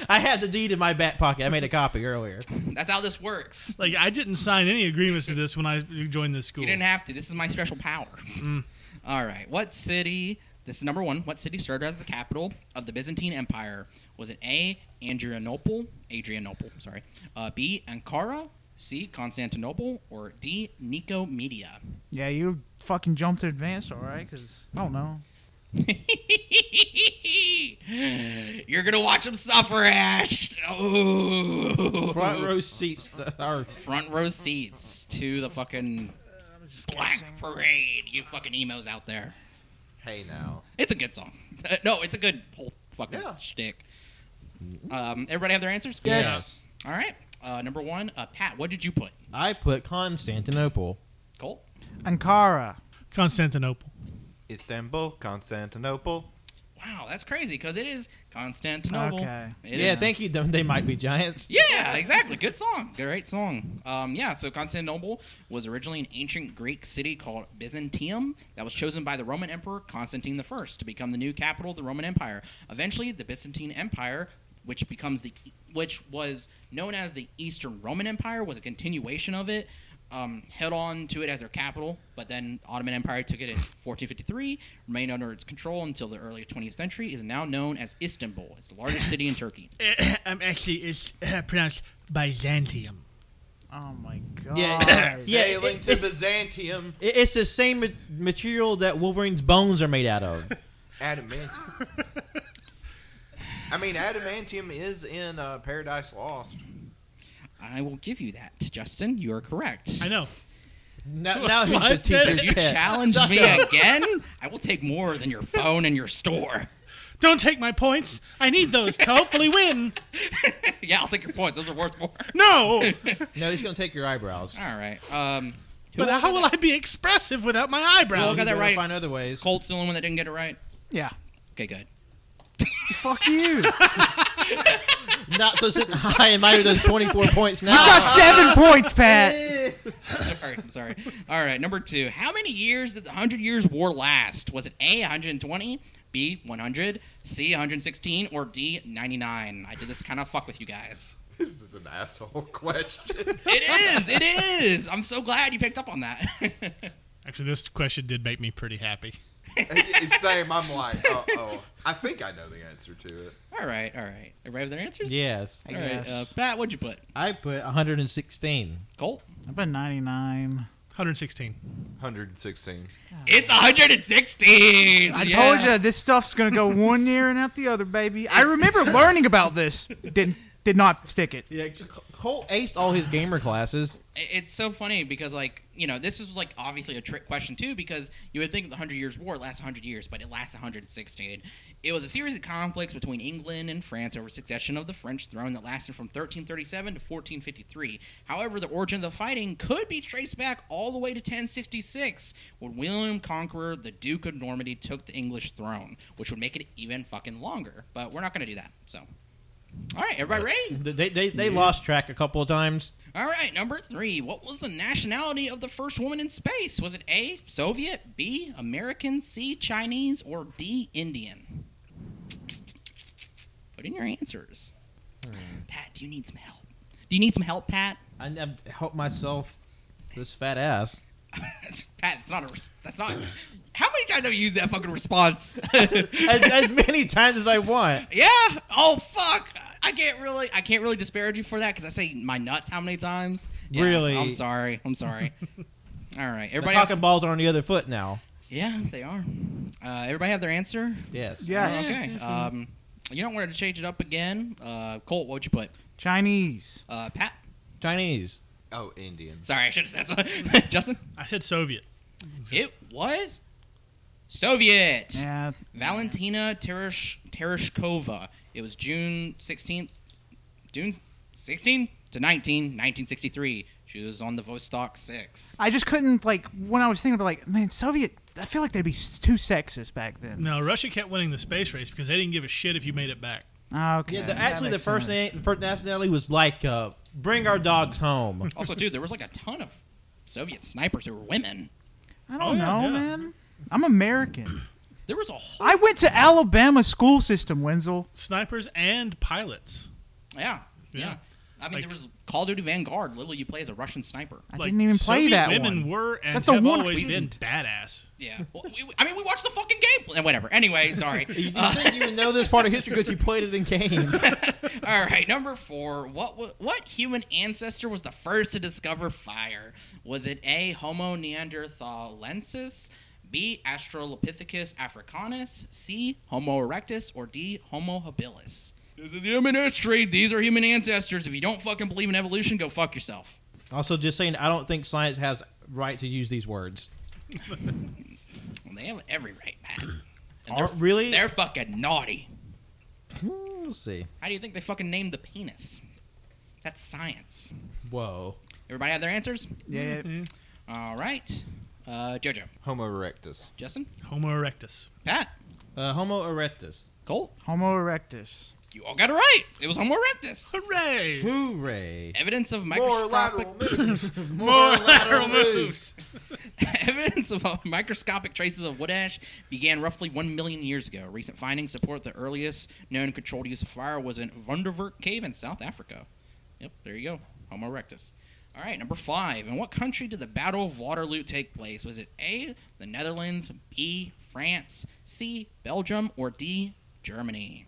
Speaker 3: I had the deed in my back pocket. I made a copy earlier.
Speaker 2: That's how this works.
Speaker 5: like, I didn't sign any agreements to this when I joined this school.
Speaker 2: You didn't have to. This is my special power.
Speaker 5: Mm.
Speaker 2: (laughs) All right. What city? This is number one. What city served as the capital of the Byzantine Empire? Was it A. Adrianople? Adrianople. Sorry. Uh, B. Ankara. C. Constantinople. Or D. Nicomedia.
Speaker 1: yeah, you fucking jumped to advanced, all right? Because I don't know.
Speaker 2: (laughs) You're gonna watch them suffer, Ash. Oh.
Speaker 3: Front row seats that are
Speaker 2: front row seats to the fucking
Speaker 3: Uh,
Speaker 2: Black Parade. You fucking emos out there.
Speaker 4: Hey now.
Speaker 2: It's a good song. Uh, no, it's a good whole fucking
Speaker 4: Yeah.
Speaker 2: shtick. Um, everybody have their answers?
Speaker 3: Yes.
Speaker 2: All right. Uh, number one, uh, Pat, what did you put?
Speaker 3: I put Constantinople.
Speaker 2: Colt?
Speaker 1: Ankara.
Speaker 5: Constantinople.
Speaker 2: (coughs)
Speaker 4: Istanbul, Constantinople.
Speaker 2: Wow, that's crazy because it is Constantinople.
Speaker 1: Okay.
Speaker 2: It
Speaker 3: yeah,
Speaker 2: is-
Speaker 3: thank you. them- They might be giants.
Speaker 2: Yeah, exactly. Good song. Great song. Um, yeah, so Constantinople was originally an ancient Greek city called Byzantium that was chosen by the Roman Emperor Constantine I to become the new capital of the Roman Empire. Eventually, the Byzantine Empire, which becomes the e, which was known as the Eastern Roman Empire, was a continuation of it. Um, held on to it as their capital, but then Ottoman Empire took it in 1453, remained under its control until the early 20th century. Is now known as Istanbul. It's the largest city in Turkey.
Speaker 5: I'm actually it's
Speaker 2: uh,
Speaker 5: pronounced Byzantium.
Speaker 1: Oh my
Speaker 3: (coughs)
Speaker 1: god.
Speaker 3: Yeah. Yeah,
Speaker 4: Sailing
Speaker 3: it-
Speaker 4: to
Speaker 3: it's-
Speaker 4: Byzantium.
Speaker 3: It- It's the same ma- material that Wolverine's bones are made out of.
Speaker 2: (laughs)
Speaker 4: Adamantium. I mean, adamantium is in uh, Paradise Lost.
Speaker 2: I will give you that, Justin. You are correct.
Speaker 5: I know.
Speaker 3: Now,
Speaker 5: So
Speaker 3: now
Speaker 5: that's
Speaker 3: it's
Speaker 5: why I
Speaker 3: just
Speaker 5: said
Speaker 2: If
Speaker 3: (laughs) teacher's
Speaker 2: you
Speaker 3: pet.
Speaker 2: challenge me again, I will take more than your phone and your store. (laughs)
Speaker 5: Don't take my points. I need those to hopefully win.
Speaker 2: yeah, I'll take your points. Those are worth more. (laughs)
Speaker 5: No,
Speaker 3: No, he's gonna take your eyebrows.
Speaker 2: All right. Um,
Speaker 5: but how will I be expressive without my
Speaker 2: Well,
Speaker 5: eyebrows?
Speaker 2: Look at
Speaker 3: You
Speaker 2: that
Speaker 3: better
Speaker 2: right.
Speaker 3: Find other ways.
Speaker 2: Colt's the only one that didn't get it right.
Speaker 1: Yeah.
Speaker 2: Okay, good. (laughs)
Speaker 1: Fuck you. You
Speaker 3: Not so sitting (laughs) high and mighty with those 24 points now.
Speaker 1: got seven
Speaker 3: (laughs)
Speaker 1: points, Pat.
Speaker 2: Sorry, I'm sorry. All right, number two. How many years did the Hundred Years' War last? Was it A, 120, B, 100, C, 116, or D, 99? I did this kind of fuck with you guys.
Speaker 4: This is an asshole (laughs) question.
Speaker 2: It is. It is. I'm so glad you picked up on that. (laughs)
Speaker 5: Actually, this question did make me pretty happy.
Speaker 4: Same. I'm like, uh oh. I think I know the answer to it.
Speaker 2: All right, all right. Everybody with their answers?
Speaker 3: Yes.
Speaker 2: All right. Uh,
Speaker 1: Yes.
Speaker 2: Pat, what'd you put?
Speaker 3: I put 116.
Speaker 2: Colt?
Speaker 1: I bet 99.
Speaker 5: 116.
Speaker 4: 116.
Speaker 2: It's 116.
Speaker 1: I
Speaker 2: Yeah.
Speaker 1: told you this stuff's gonna go one ear and out the other, baby. I remember learning about this. Didn't did not stick it.
Speaker 3: Yeah, Colt aced all his gamer classes.
Speaker 2: I- It's so funny because, like, you know, this is, like, obviously a trick question, too, because you would think the Hundred Years' War lasts 100 years, but it lasts 116. It was a series of conflicts between England and France over succession of the French throne that lasted from 1337 to 1453. However, the origin of the fighting could be traced back all the way to 1066, when William Conqueror, the Duke of Normandy, took the English throne, which would make it even fucking longer. But we're not going to do that, so. All right, everybody ready?
Speaker 3: They, they, they lost track a couple of times.
Speaker 2: All right, number three. What was the nationality of the first woman in space? Was it A, Soviet, B, American, C, Chinese, or D, Indian? Put in your answers.
Speaker 3: Hmm.
Speaker 2: Pat, do you need some help? Do you need some help, Pat? (laughs)
Speaker 3: I never helped myself this fat (laughs) ass.
Speaker 2: Pat, it's not a. Res- that's not. How many times have you used that fucking response?
Speaker 3: (laughs)
Speaker 2: (laughs)
Speaker 3: as, as many times as I want.
Speaker 2: Yeah. Oh fuck. I can't really. I can't really disparage you for that because I say my nuts how many times. Yeah,
Speaker 3: Really?
Speaker 2: I'm sorry.
Speaker 3: (laughs)
Speaker 2: I'm sorry. All right.
Speaker 3: The
Speaker 2: Everybody. have-
Speaker 3: talking balls are on the other foot now.
Speaker 2: Yeah, they are. Uh, everybody have their answer?
Speaker 3: Yes.
Speaker 1: Yeah.
Speaker 2: Okay. Um, you don't want to change it up again. Uh, Colt, what'd you put?
Speaker 1: Chinese.
Speaker 2: Uh, Pat?
Speaker 3: Chinese.
Speaker 4: Oh, Indian.
Speaker 2: Sorry, I should have said something. (laughs) Justin?
Speaker 5: I said Soviet.
Speaker 2: It was Soviet.
Speaker 1: Yeah.
Speaker 2: Valentina Teresh- Tereshkova. It was June 16th, June 16 to 19, 1963. She was on the Vostok 6.
Speaker 1: I just couldn't like when I was thinking about like man Soviet. I feel like they'd be s- too sexist back then.
Speaker 5: No, Russia kept winning the space race because they didn't give a shit if you made it back.
Speaker 1: Okay.
Speaker 3: Yeah. the,
Speaker 1: that
Speaker 3: actually, the
Speaker 1: makes
Speaker 3: first
Speaker 1: sense.
Speaker 3: name, the first nationality was like, uh, "Bring our dogs (laughs) home."
Speaker 2: Also, dude, there was like a ton of Soviet snipers who were women.
Speaker 1: I
Speaker 5: Oh,
Speaker 1: don't
Speaker 5: yeah,
Speaker 1: know,
Speaker 5: yeah.
Speaker 1: man. I'm American.
Speaker 2: There was a whole.
Speaker 1: I went to Alabama school system, Wenzel.
Speaker 5: Snipers and pilots.
Speaker 2: Yeah, yeah.
Speaker 5: Yeah.
Speaker 2: I mean,
Speaker 5: Like-
Speaker 2: there was Call of Duty Vanguard. Literally, you play as a Russian sniper.
Speaker 1: I didn't even play
Speaker 5: Soviet
Speaker 1: that
Speaker 5: women
Speaker 1: one.
Speaker 5: were and
Speaker 1: That's the
Speaker 5: have
Speaker 1: one I
Speaker 5: always been
Speaker 1: didn't.
Speaker 5: badass.
Speaker 2: Yeah. Well, we, we- I mean, we watched the fucking game. and Whatever. Anyway, sorry.
Speaker 3: You
Speaker 2: (laughs)
Speaker 3: didn't
Speaker 2: Uh,
Speaker 3: think you would know this part of history because you played it in games.
Speaker 2: all right. Number four. What wa- what human ancestor was the first to discover fire? Was it A. Homo neanderthalensis? B. Australopithecus africanus? C. Homo erectus? Or D. Homo habilis? This is human history. These are human ancestors. If you don't fucking believe in evolution, go fuck yourself.
Speaker 3: (laughs) also, just saying, I don't think science has right to use these words.
Speaker 2: Well, they have every right, Pat. And
Speaker 3: Are,
Speaker 2: they're
Speaker 3: really? Hmm,
Speaker 2: They're fucking naughty.
Speaker 3: We'll see.
Speaker 2: How do you think they fucking named the penis? That's science.
Speaker 3: Whoa.
Speaker 2: Everybody have their answers?
Speaker 1: Yeah.
Speaker 2: All right. Uh, Jojo,
Speaker 4: Homo erectus.
Speaker 2: Justin,
Speaker 5: Homo erectus.
Speaker 2: Pat,
Speaker 3: Uh, Homo erectus.
Speaker 2: Colt,
Speaker 1: Homo erectus.
Speaker 2: you all got it right. It was Homo erectus.
Speaker 5: Hooray!
Speaker 3: Hooray.
Speaker 2: Evidence of
Speaker 4: More
Speaker 2: microscopic
Speaker 4: lateral moves.
Speaker 5: More lateral moves.
Speaker 2: (laughs) evidence of microscopic traces of wood ash began roughly 1 million years ago. Recent findings support the earliest known controlled use of fire was in Vonderwerk Cave in South Africa. Yep, there you go. Homo erectus. All right, number five. In what country did the Battle of Waterloo take place? Was it A, the Netherlands, B, France, C, Belgium, or D, Germany?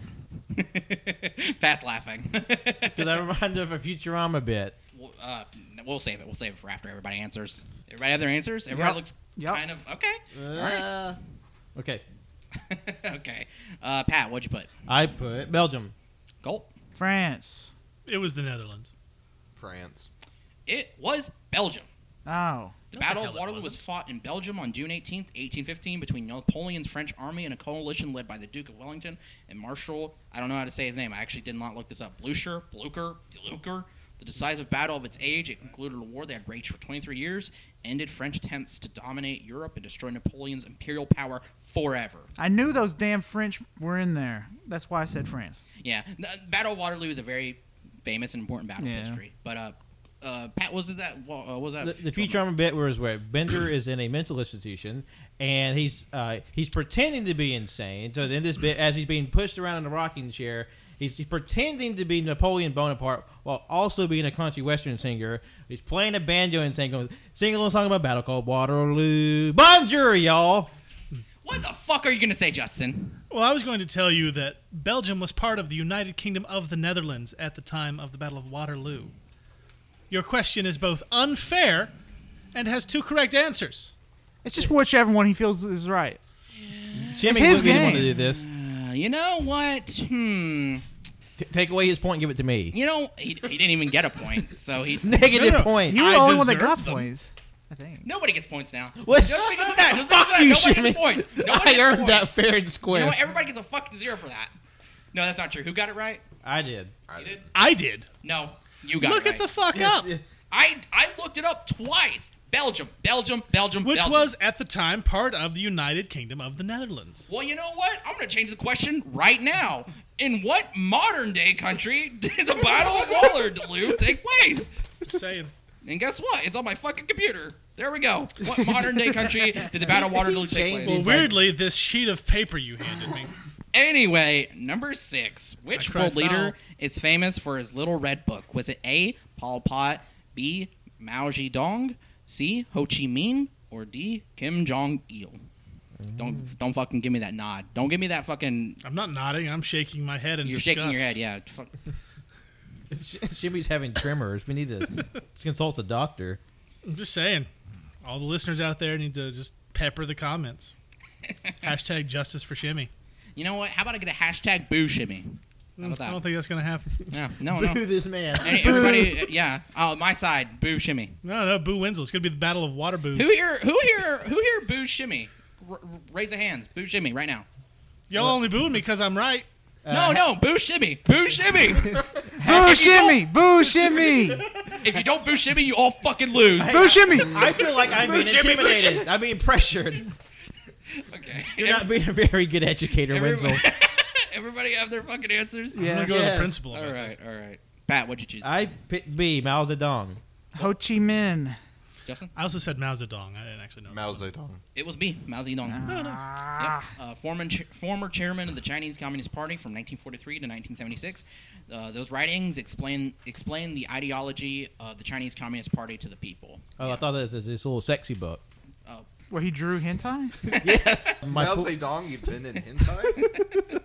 Speaker 2: (laughs) Pat's laughing. (laughs)
Speaker 3: Because I reminded of a Futurama bit.
Speaker 2: We'll, uh, we'll save it. We'll save it for after everybody answers. Everybody have their answers. Everybody
Speaker 1: Yep.
Speaker 2: looks
Speaker 1: Yep.
Speaker 2: kind of okay.
Speaker 3: Uh, okay.
Speaker 2: (laughs) okay. Uh, Pat, what'd you put?
Speaker 3: I put Belgium.
Speaker 2: Gulp.
Speaker 1: France.
Speaker 5: It was the Netherlands.
Speaker 4: France.
Speaker 2: It was Belgium.
Speaker 1: Oh.
Speaker 2: The
Speaker 5: No, the
Speaker 2: Battle
Speaker 5: hell
Speaker 2: of
Speaker 5: it
Speaker 2: Waterloo was
Speaker 5: wasn't.
Speaker 2: fought in Belgium on June 18th, 1815, between Napoleon's French army and a coalition led by the Duke of Wellington and Marshal, I don't know how to say his name, I actually did not look this up, Blucher, Blucher, Blucher. The decisive battle of its age, it concluded a war that had raged for 23 years, ended French attempts to dominate Europe and destroy Napoleon's imperial power forever.
Speaker 1: I knew those damn French were in there. That's why I said France.
Speaker 2: Yeah, the Battle of Waterloo is a very famous and important battle of
Speaker 1: Yeah.
Speaker 2: history. But uh, uh, Pat, was it that? wa- Uh, was that
Speaker 3: The, the Futurama bit was where Bender is in a mental institution and he's uh, he's pretending to be insane. So in this bit, as he's being pushed around in a rocking chair, He's pretending to be Napoleon Bonaparte while also being a country western singer. He's playing a banjo and singing, singing a little song about Battle Called Waterloo. Bonjour, y'all.
Speaker 2: What the fuck are you gonna say, Justin?
Speaker 5: Well, I was going to tell you that Belgium was part of the United Kingdom of the Netherlands at the time of the Battle of Waterloo. Your question is both unfair and has two correct answers.
Speaker 1: It's just whichever one he feels is right.
Speaker 3: Jimmy
Speaker 1: his
Speaker 3: Luke didn't want to
Speaker 1: game.
Speaker 3: do this.
Speaker 2: Uh, you know what? Hmm.
Speaker 3: T- take away his point and give it to me.
Speaker 2: You know he, he didn't even get
Speaker 3: (laughs)
Speaker 2: a point, so he
Speaker 3: Negative
Speaker 5: No, no.
Speaker 3: point. (laughs)
Speaker 1: You were the
Speaker 5: I
Speaker 1: only one that
Speaker 5: deserve
Speaker 1: got
Speaker 5: them.
Speaker 1: points. I think. (laughs)
Speaker 2: nobody gets points now.
Speaker 3: What?
Speaker 2: Just because of that, just
Speaker 3: Fuck you,
Speaker 2: because of that,
Speaker 3: Jimmy.
Speaker 2: nobody gets
Speaker 3: (laughs)
Speaker 2: points. Nobody
Speaker 3: I
Speaker 2: gets
Speaker 3: earned
Speaker 2: points.
Speaker 3: that fair and square.
Speaker 2: You know what? Everybody gets a fucking zero for that. No, that's not true. Who got it right?
Speaker 3: I did.
Speaker 2: You did?
Speaker 5: I did.
Speaker 2: No, you got it
Speaker 5: Look
Speaker 2: right.
Speaker 5: at the fuck up,
Speaker 2: I I looked it up twice. Belgium, Belgium, Belgium,
Speaker 5: which
Speaker 2: Belgium.
Speaker 5: was at the time part of the United Kingdom of the Netherlands.
Speaker 2: Well, you know what? I'm going to change the question right now. In what modern day country (laughs) did the Battle of Waterloo take place?
Speaker 5: Just saying.
Speaker 2: (laughs) And guess what? It's on my fucking computer. There we go. What modern day country did the Battle of Waterloo take
Speaker 3: Changed
Speaker 5: Well,
Speaker 2: place?
Speaker 3: He's
Speaker 5: weirdly, this sheet of paper you handed me.
Speaker 2: Anyway, number six. Which
Speaker 5: cry
Speaker 2: world leader
Speaker 5: foul.
Speaker 2: is famous for his little red book? Was it A. Paul Pot, B. Mao Zedong, C. Ho Chi Minh, or D. Kim Jong Il? Don't don't fucking give me that nod. Don't give me that fucking.
Speaker 5: I'm not nodding. I'm shaking my head and
Speaker 2: You're
Speaker 5: disgust.
Speaker 2: shaking your head. Yeah. Fuck.
Speaker 3: Jimmy's having tremors. We need to (laughs) consult a doctor.
Speaker 5: I'm just saying. All the listeners out there need to just pepper
Speaker 2: (laughs)
Speaker 5: the comments. Hashtag justice for Shimmy.
Speaker 2: You know what? How about I get a hashtag boo shimmy? How about
Speaker 5: I don't
Speaker 2: that?
Speaker 5: think that's
Speaker 2: (laughs)
Speaker 5: gonna happen.
Speaker 2: Yeah, no, no.
Speaker 3: (laughs) Boo this (laughs) man.
Speaker 2: Any- Everybody, yeah. Oh, my side, boo shimmy.
Speaker 5: No, no, Boo Winslow. It's gonna be the Battle of Water Boo.
Speaker 2: Who here? Who here? Who here? Boo shimmy. R- r- raise a hands. Boo shimmy right now.
Speaker 5: Y'all only booed me because I'm right.
Speaker 3: Uh,
Speaker 2: No, no. Boo shimmy. Boo shimmy.
Speaker 3: (laughs)
Speaker 1: Boo shimmy! Boo (laughs) shimmy!
Speaker 2: if you don't boo shimmy, you all fucking lose.
Speaker 1: Boo shimmy!
Speaker 3: I feel like I'm being
Speaker 2: Jimmy, boo,
Speaker 3: intimidated. I'm being pressured.
Speaker 2: Okay.
Speaker 3: (laughs) You're not being a very good educator, (laughs) Wenzel.
Speaker 2: everybody, everybody have their fucking answers.
Speaker 5: I'm
Speaker 1: Yeah.
Speaker 5: gonna go to
Speaker 3: Yes.
Speaker 5: the principal.
Speaker 2: All
Speaker 5: about
Speaker 2: right. All right. Pat, what'd you choose?
Speaker 3: I picked B, Mao Zedong.
Speaker 1: Ho Chi Minh.
Speaker 2: Justin.
Speaker 5: this. I also said Mao Zedong. I didn't actually know.
Speaker 4: Mao
Speaker 5: this one.
Speaker 4: Zedong.
Speaker 2: It was B. Mao Zedong.
Speaker 3: Ah.
Speaker 1: Ah.
Speaker 2: Yep. Uh, former, ch- former chairman of the Chinese Communist Party from 1943 to 1976. Uh, those writings explain explain the ideology of the Chinese Communist Party to the people.
Speaker 3: Oh, I thought that was this little sexy book.
Speaker 1: Where he drew hentai?
Speaker 3: Yes. (laughs) My
Speaker 4: Mao
Speaker 3: po-
Speaker 4: Zedong, you've been in hentai?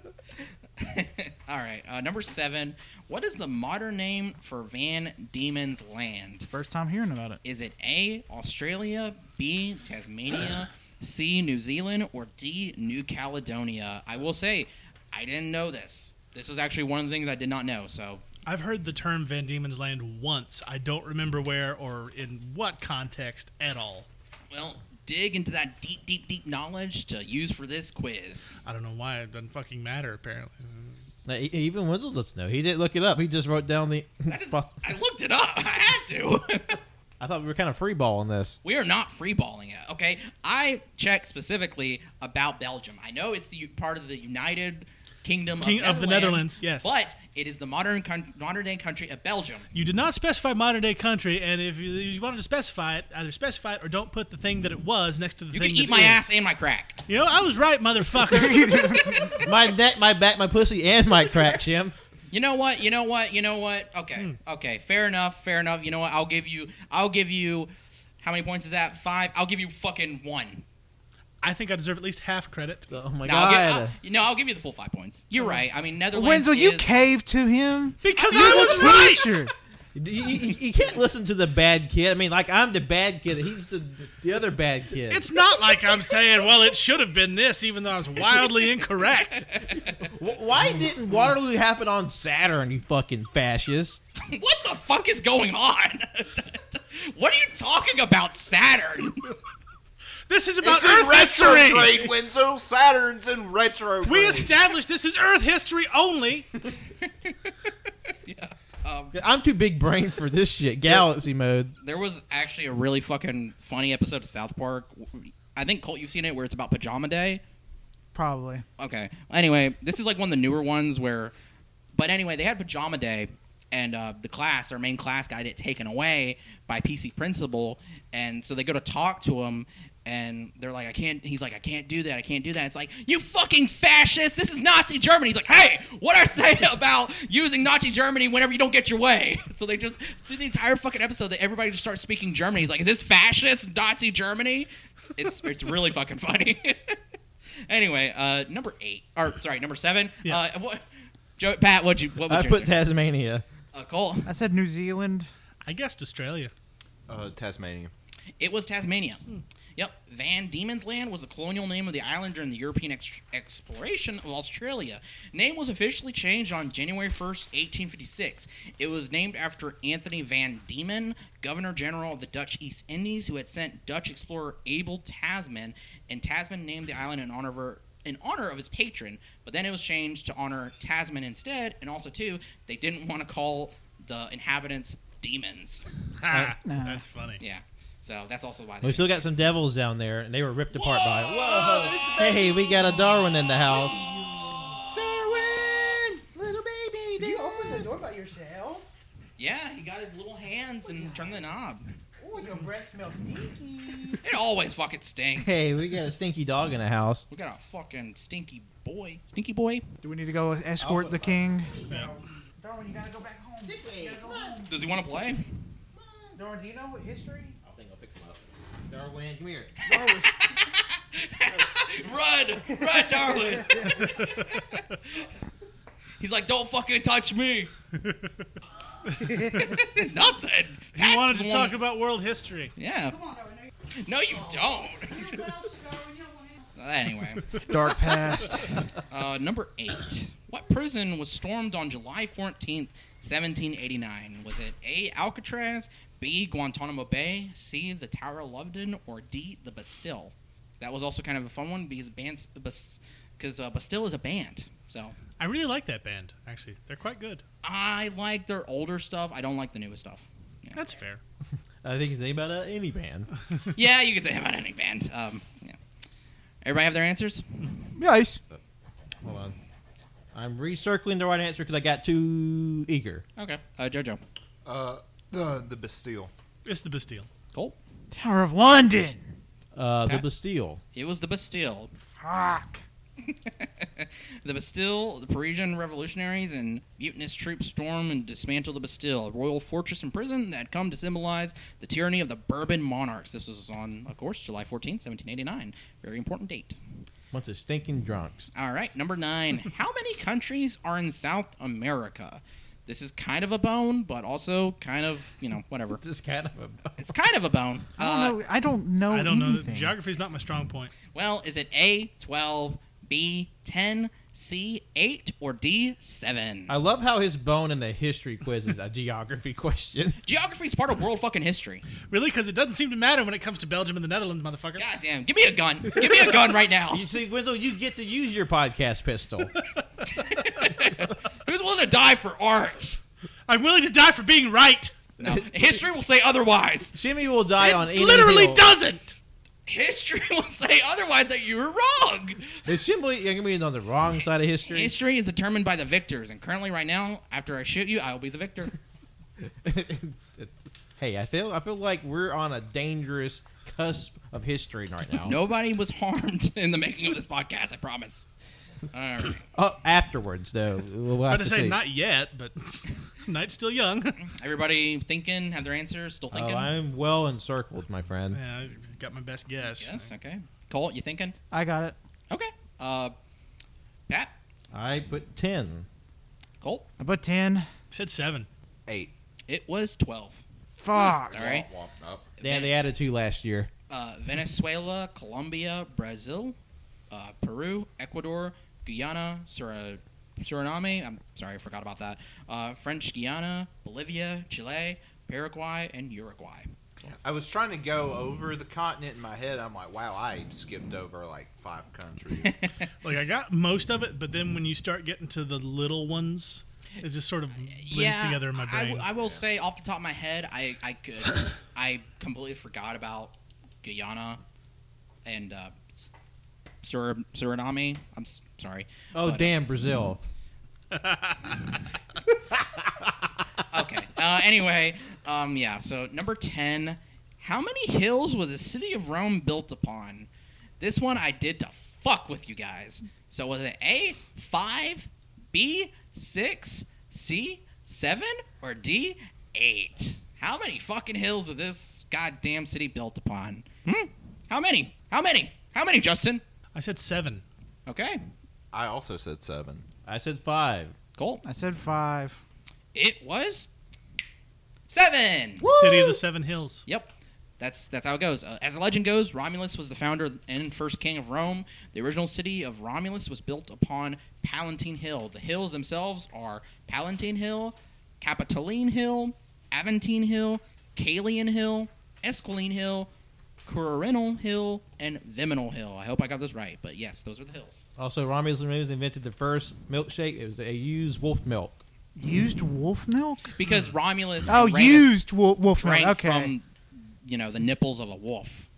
Speaker 2: All right, uh, number seven. What is the modern name for Van Diemen's Land?
Speaker 1: First time hearing about it.
Speaker 2: Is it A. Australia, B. Tasmania, C. New Zealand, or D. New Caledonia? I will say, I didn't know this. This is actually one of the things I did not know. So
Speaker 5: I've heard the term Van Diemen's Land once. I don't remember where or in what context at all.
Speaker 2: Well, dig into that deep, deep, deep knowledge to use for this quiz.
Speaker 5: I don't know why. It doesn't fucking matter. Apparently,
Speaker 3: Now, e- Even Wenzel doesn't know. He didn't look it up. He just wrote down the. (laughs)
Speaker 2: I just, I looked it up. (laughs) I had to.
Speaker 3: I thought we were kind of freeballing this.
Speaker 2: we are not freeballing it, okay? I checked specifically about Belgium. I know it's the u- part of the United Kingdom
Speaker 5: King-
Speaker 2: of,
Speaker 5: of the Netherlands, yes.
Speaker 2: But it is the modern con- modern day country of Belgium.
Speaker 5: you did not specify modern day country, and if you, you wanted to specify it, either specify it or don't put the thing that it was next to the
Speaker 2: You
Speaker 5: thing.
Speaker 2: can
Speaker 5: that
Speaker 2: eat my
Speaker 5: is.
Speaker 2: ass and my crack.
Speaker 5: You know, I was right, motherfucker. (laughs)
Speaker 3: My neck, my back, my pussy, and my crack, Jim.
Speaker 2: You know what? You know what? You know what?
Speaker 5: Hmm.
Speaker 2: Okay. Okay. Fair enough. Fair enough. You know what? I'll give you I'll give you how many points is that? 5. I'll give you fucking 1.
Speaker 5: I think I deserve at least half credit.
Speaker 3: Oh my
Speaker 2: No, I'll
Speaker 3: god.
Speaker 2: give, I'll, you know, I'll give you the full five points. You're right. I mean, Netherlands.
Speaker 1: Wenzel, you
Speaker 2: is-
Speaker 1: caved to him.
Speaker 5: Because
Speaker 1: You're
Speaker 5: I was
Speaker 1: the
Speaker 5: right.
Speaker 1: teacher.
Speaker 3: You, you, you can't listen to the bad kid. I mean, like I'm the bad kid. He's the the other bad kid.
Speaker 5: It's not like I'm saying, well, it should have been this, even though I was wildly incorrect.
Speaker 3: Wh- why didn't Waterloo happen on Saturn? You fucking fascist.
Speaker 2: (laughs) What the fuck is going on? (laughs) what are you talking about, Saturn?
Speaker 5: This is about
Speaker 4: it's in
Speaker 5: Earth history.
Speaker 4: retrograde, Wenzel. Saturn's in retrograde.
Speaker 5: We established this is Earth history only.
Speaker 3: I'm too big brain for this shit. Galaxy mode.
Speaker 2: (laughs) there was actually a really fucking funny episode of South Park. I think Colt, you've seen it, where it's about Pajama Day.
Speaker 1: Probably.
Speaker 2: Okay. Anyway, this is like one of the newer ones where, but anyway, they had pajama day, and uh, the class, our main class, got it taken away by PC principal, and so they go to talk to him, and they're like, I can't. He's like, I can't do that. I can't do that. It's like, you fucking fascist. This is Nazi Germany. He's like, hey, what I say (laughs) about using Nazi Germany whenever you don't get your way. (laughs) So they just through the entire fucking episode that everybody just starts speaking Germany. He's like, is this fascist Nazi Germany? It's it's really fucking funny. (laughs) anyway, uh, number eight or sorry, number seven.
Speaker 5: Yeah.
Speaker 2: Uh, what, Joe, Pat, what you what was
Speaker 3: I
Speaker 2: your
Speaker 3: put
Speaker 2: answer?
Speaker 3: Tasmania.
Speaker 2: Uh, Cole.
Speaker 1: I said New Zealand.
Speaker 5: I guessed (laughs) Australia.
Speaker 4: Uh, Tasmania.
Speaker 2: It was Tasmania. Yep. Van Diemen's Land was the colonial name of the island during the European ex- exploration of Australia. Name was officially changed on January 1st, 1856. It was named after Anthony Van Diemen, Governor General of the Dutch East Indies, who had sent Dutch explorer Abel Tasman, and Tasman named the island in honor of her. In honor of his patron, but then it was changed to honor Tasman instead, and also too, they didn't want to call the inhabitants demons.
Speaker 5: Ha,
Speaker 1: Uh,
Speaker 5: Ah, that's funny.
Speaker 2: Yeah, so that's also why. They
Speaker 3: We still got some devils down there, and they were ripped apart by it. Whoa! Hey, we got a Darwin in the house. Darwin, little baby.
Speaker 1: Did you open the door by yourself?
Speaker 2: Yeah, he got his little hands and turned the knob.
Speaker 1: Oh, your breath smells stinky.
Speaker 2: It always fucking stinks.
Speaker 3: Hey, we got a stinky dog in the house.
Speaker 2: we got a fucking stinky boy. Stinky boy?
Speaker 1: Do we need to go escort the king?
Speaker 5: Yeah.
Speaker 1: Darwin, you gotta go back home. You gotta go home.
Speaker 2: Does he want to play?
Speaker 1: Darwin, do you know history?
Speaker 3: I think I'll pick him up. Darwin, come here.
Speaker 1: Darwin,
Speaker 2: Run! Run, darling! (laughs) He's like, don't fucking touch me. (laughs) Nothing.
Speaker 5: He wanted to talk about world history.
Speaker 2: Yeah.
Speaker 6: Come on, Darwin.
Speaker 2: No, you don't.
Speaker 6: You're Welsh, Darwin. You don't want
Speaker 2: (laughs)
Speaker 6: to.
Speaker 2: anyway.
Speaker 1: dark (laughs) past.
Speaker 2: Uh, number eight. What prison was stormed on July 14th, 1789? Was it A. Alcatraz, B. Guantanamo Bay, C. the Tower of London, or D. the Bastille? That was also kind of a fun one because bands, because uh, Bastille is a band. So
Speaker 5: I really like that band. Actually, they're quite good.
Speaker 2: I like their older stuff. I don't like the newest stuff.
Speaker 5: That's fair.
Speaker 3: I think he's about uh, any band.
Speaker 2: yeah, you could say about any band. Um, yeah. Everybody have their answers?
Speaker 1: Nice.
Speaker 3: Hold on. I'm recircling the right answer because I got too eager.
Speaker 2: Okay. Uh, Jojo.
Speaker 4: Uh, the the Bastille.
Speaker 5: It's the Bastille.
Speaker 2: Cool.
Speaker 1: Tower of London.
Speaker 3: Uh, the
Speaker 2: Pat?
Speaker 3: Bastille.
Speaker 2: It was the Bastille.
Speaker 1: Fuck.
Speaker 2: The Bastille, the Parisian revolutionaries and mutinous troops storm and dismantle the Bastille, a royal fortress and prison that had come to symbolize the tyranny of the Bourbon monarchs. This was on, of course, July 14, 1789. Very important date.
Speaker 3: Bunch of stinking drunks.
Speaker 2: All right, number nine.
Speaker 1: (laughs)
Speaker 2: How many countries are in South America? This is kind of a bone, but also kind of, you know, whatever.
Speaker 3: This is kind of a.
Speaker 2: It's kind of a bone.
Speaker 1: (laughs) I don't know. I
Speaker 2: Uh,
Speaker 1: don't know.
Speaker 3: Oh,
Speaker 5: I don't know.
Speaker 1: anything.
Speaker 5: Geography is not my strong point.
Speaker 2: well, is it A, 12, B, 10, C, 8, or D, 7?
Speaker 1: Uh,
Speaker 3: I love how his bone in the history quiz is a geography question.
Speaker 2: Geography is part of world fucking history.
Speaker 5: Really, because it doesn't seem to matter when it comes to Belgium and the Netherlands, motherfucker.
Speaker 2: God damn, give me a gun. Give me a gun
Speaker 3: (laughs)
Speaker 2: right now.
Speaker 3: (laughs) You see, Winslow, you get to use your podcast pistol.
Speaker 2: Who's willing to die for art?
Speaker 5: I'm willing to die for being right.
Speaker 2: No. History will say
Speaker 3: (laughs)
Speaker 2: otherwise.
Speaker 3: Jimmy will die on
Speaker 5: It
Speaker 3: any
Speaker 5: literally
Speaker 3: hill.
Speaker 5: doesn't.
Speaker 2: History (laughs) will say otherwise that you were wrong.
Speaker 3: Is Jimmy going to be on the wrong side of history?
Speaker 2: History is determined by the victors, and currently, right now, after I shoot you, I will be the victor.
Speaker 3: hey, I feel I feel like we're on a dangerous cusp of history right now.
Speaker 2: Nobody was harmed (laughs) in the making of this podcast, I promise. All right.
Speaker 3: Oh, afterwards though, we'll
Speaker 5: I
Speaker 3: have
Speaker 5: to
Speaker 3: to
Speaker 5: say
Speaker 3: see.
Speaker 5: not yet, but (laughs) night's still young. (laughs)
Speaker 2: Everybody thinking, have their answers, still
Speaker 3: oh,
Speaker 2: thinking?
Speaker 3: I'm well encircled, my friend.
Speaker 5: yeah, I got my best guess.
Speaker 2: yes, okay. Cole, you thinking?
Speaker 1: I got it.
Speaker 2: Okay. Uh, Pat,
Speaker 3: I put ten.
Speaker 2: Cole,
Speaker 1: I put ten.
Speaker 5: Said seven.
Speaker 4: Eight.
Speaker 2: it was 12.
Speaker 1: Fuck.
Speaker 2: All right.
Speaker 4: Womp womp up.
Speaker 3: Damn, they added two last year.
Speaker 2: uh, Venezuela, Colombia, Brazil, uh, Peru, Ecuador, Guyana, Sura- Suriname. I'm sorry, I forgot about that. Uh, French Guiana, Bolivia, Chile, Paraguay, and Uruguay.
Speaker 4: I was trying to go over the continent in my head. I'm like, wow, I skipped over like five countries.
Speaker 5: Like I got most of it, but then when you start getting to the little ones, it just sort of blends together in my
Speaker 2: I- I
Speaker 5: brain.
Speaker 2: w- I will say off the top of my head, I I could (coughs) I completely forgot about Guyana and uh, S- Sur- Suriname. I'm s- sorry.
Speaker 3: Oh,
Speaker 2: But,
Speaker 3: damn, Brazil.
Speaker 2: okay. Uh, anyway, um, yeah. So number ten. How many hills was the city of Rome built upon? This one I did to fuck with you guys. So was it A, 5, B, 6, C, 7, or D, 8? How many fucking hills was this goddamn city built upon? Hmm? How many? How many? How many, Justin?
Speaker 5: I said seven.
Speaker 2: Okay,
Speaker 4: I also said seven.
Speaker 3: I said five.
Speaker 2: cool.
Speaker 1: I said five.
Speaker 2: It was seven.
Speaker 5: City of the Seven Hills.
Speaker 2: Yep. That's that's how it goes. Uh, as the legend goes, Romulus was the founder and first king of Rome. The original city of Romulus was built upon Palatine Hill. The hills themselves are Palatine Hill, Capitoline Hill, Aventine Hill, Calian Hill, Esquiline Hill, Quirinal Hill, and Viminal Hill. I hope I got this right, but yes, those are the hills.
Speaker 3: Also, Romulus and Remus invented the first milkshake. It was they used wolf milk.
Speaker 1: Used wolf milk?
Speaker 2: Because Romulus
Speaker 1: Oh,
Speaker 2: and Remus
Speaker 1: used wolf, wolf
Speaker 2: drank
Speaker 1: milk. Okay.
Speaker 2: from you know the nipples of a wolf.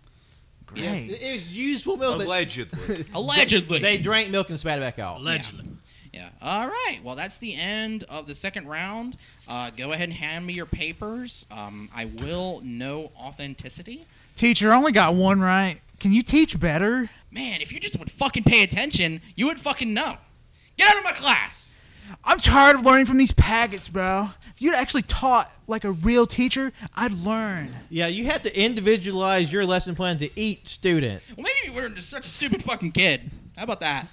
Speaker 1: Great.
Speaker 3: It was used wolf milk. that- (laughs)
Speaker 4: Allegedly.
Speaker 2: Allegedly.
Speaker 3: They drank milk and spat it back out.
Speaker 5: Allegedly.
Speaker 2: Yeah. All right. Well, that's the end of the second round. Uh, go ahead and hand me your papers. Um, I will know authenticity.
Speaker 1: Teacher, I only got one right. Can you teach better?
Speaker 2: Man, if you just would fucking pay attention, you would fucking know. Get out of my class.
Speaker 1: I'm tired of learning from these packets, bro. If you'd actually taught like a real teacher, I'd learn.
Speaker 3: Yeah, you had to individualize your lesson plan to each student.
Speaker 2: Well, maybe you weren't just such a stupid fucking kid. How about that?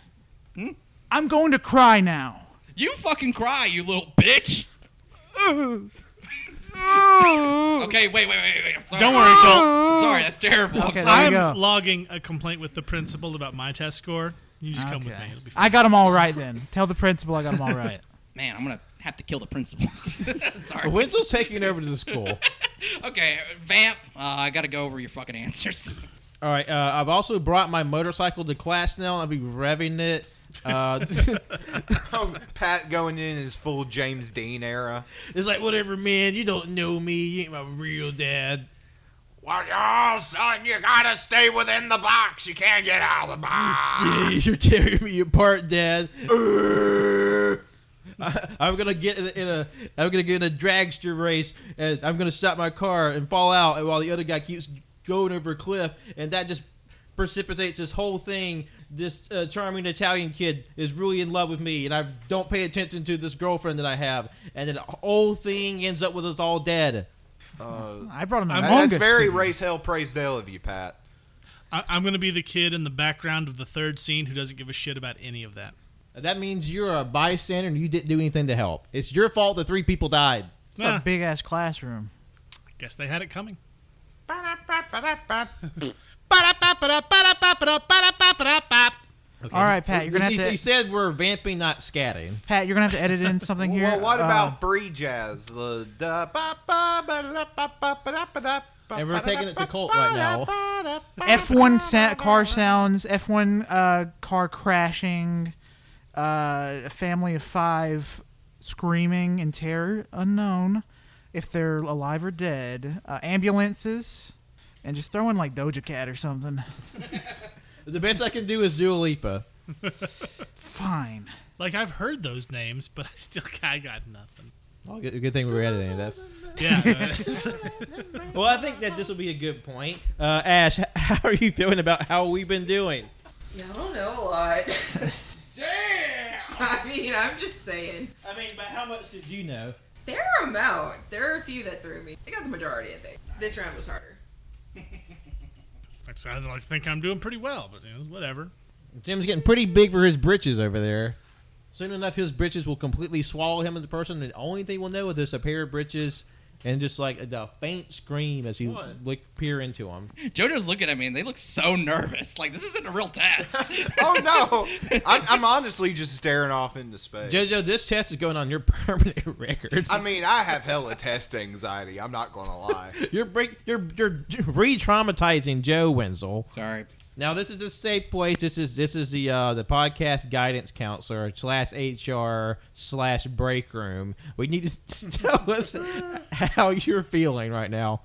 Speaker 1: I'm going to cry now.
Speaker 2: You fucking cry, you little
Speaker 5: (laughs)
Speaker 2: bitch. Okay, wait, wait, wait, wait. I'm sorry.
Speaker 5: Don't worry, Phil.
Speaker 2: Sorry, that's terrible. I'm
Speaker 1: Okay,
Speaker 2: sorry.
Speaker 1: there you
Speaker 5: I'm
Speaker 1: go.
Speaker 5: logging a complaint with the principal about my test score. You just come with
Speaker 1: Okay.
Speaker 5: me. It'll be fine.
Speaker 1: I got them all right then. Tell the principal I got
Speaker 5: (laughs)
Speaker 1: them all right.
Speaker 2: Man, I'm gonna have to kill the principal. (laughs) sorry.
Speaker 3: Wenzel's taking over to the school.
Speaker 2: Okay, vamp. Uh, I gotta go over your fucking answers.
Speaker 3: (laughs)
Speaker 2: (laughs)
Speaker 3: All right, uh, I've also brought my motorcycle to class now, and I'll be revving it. Uh, (laughs)
Speaker 4: Oh, Pat going in his full James Dean era.
Speaker 3: it's like, whatever, man, you don't know me. You ain't my real dad.
Speaker 4: Well, y'all, son, you gotta stay within the box. You can't get out of the
Speaker 3: (laughs)
Speaker 4: box.
Speaker 3: Yeah, You're tearing me apart, dad. I, I'm gonna get in a, in a I'm gonna get in a dragster race and I'm gonna stop my car and fall out and while the other guy keeps going over a cliff and that just precipitates this whole thing. This uh, charming Italian kid is really in love with me and I don't pay attention to this girlfriend that I have and then the whole thing ends up with us all dead.
Speaker 1: I brought them
Speaker 5: I'm-
Speaker 1: Among
Speaker 4: That's
Speaker 1: Us.
Speaker 4: very race hell praise Dale of you, Pat.
Speaker 5: I, I'm going to be the kid in the background of the third scene who doesn't give a shit about any of that.
Speaker 3: That means you're a bystander and you didn't do anything to help. It's your fault that three people died.
Speaker 1: It's
Speaker 5: Nah,
Speaker 1: a big ass classroom.
Speaker 5: Ah, guess they had it coming.
Speaker 3: Okay.
Speaker 1: All right, Pat, you're gonna
Speaker 3: he,
Speaker 1: have to-
Speaker 3: he said we're vamping, not scatting.
Speaker 1: Pat, you're gonna have to edit in something here.
Speaker 4: Well, what
Speaker 1: Uh,
Speaker 4: about free jazz? The da ba ba ba da ba ba ba da ba da ba
Speaker 3: And we're
Speaker 4: ba da
Speaker 3: taking it to
Speaker 4: ba
Speaker 3: Colt
Speaker 4: ba
Speaker 3: right
Speaker 4: da
Speaker 3: now.
Speaker 4: ba da ba
Speaker 1: F1
Speaker 4: ba
Speaker 1: sa-
Speaker 4: da
Speaker 1: car
Speaker 4: ba.
Speaker 1: sounds, F1 uh, car crashing, uh, a family of five screaming in terror, unknown if they're alive or dead, uh, ambulances, and just throwing like Doja Cat or something.
Speaker 3: The best I can do is Dua Lipa.
Speaker 1: Fine.
Speaker 5: Like, I've heard those names, but I still (laughs) I
Speaker 1: (laughs)
Speaker 5: got nothing.
Speaker 3: Well, good, good thing we were editing this.
Speaker 5: Yeah. uh,
Speaker 3: Well, I think that this will be a good point. Uh, Ash, (laughs) h- how are you feeling about how we've been doing?
Speaker 6: Yeah, I don't know a lot. Damn! (laughs) I mean, I'm just saying.
Speaker 3: I mean, but how much did you know?
Speaker 6: Fair amount. There are a few that threw me. I got the majority, I think. This round was harder.
Speaker 5: I like to think I'm doing pretty well, but you know, whatever.
Speaker 3: Jim's getting pretty big for his britches over there. Soon enough, his britches will completely swallow him as a person. And the only thing we'll know is there's a pair of britches and just like the faint scream as you
Speaker 5: What?
Speaker 3: look, peer into him.
Speaker 2: JoJo's looking at me and they look so nervous. Like, this isn't a real test. (laughs)
Speaker 4: Oh no! I'm, I'm honestly just staring off into space.
Speaker 3: JoJo, this test is going on your (laughs) permanent record.
Speaker 4: I mean, I have hella test anxiety. I'm not gonna lie.
Speaker 3: You're break, you're you're re-traumatizing Joe Wenzel.
Speaker 2: Sorry.
Speaker 3: Now this is a safe place. This is this is the uh, the podcast guidance counselor slash HR slash break room. We need to (laughs) s- tell us how you're feeling right now.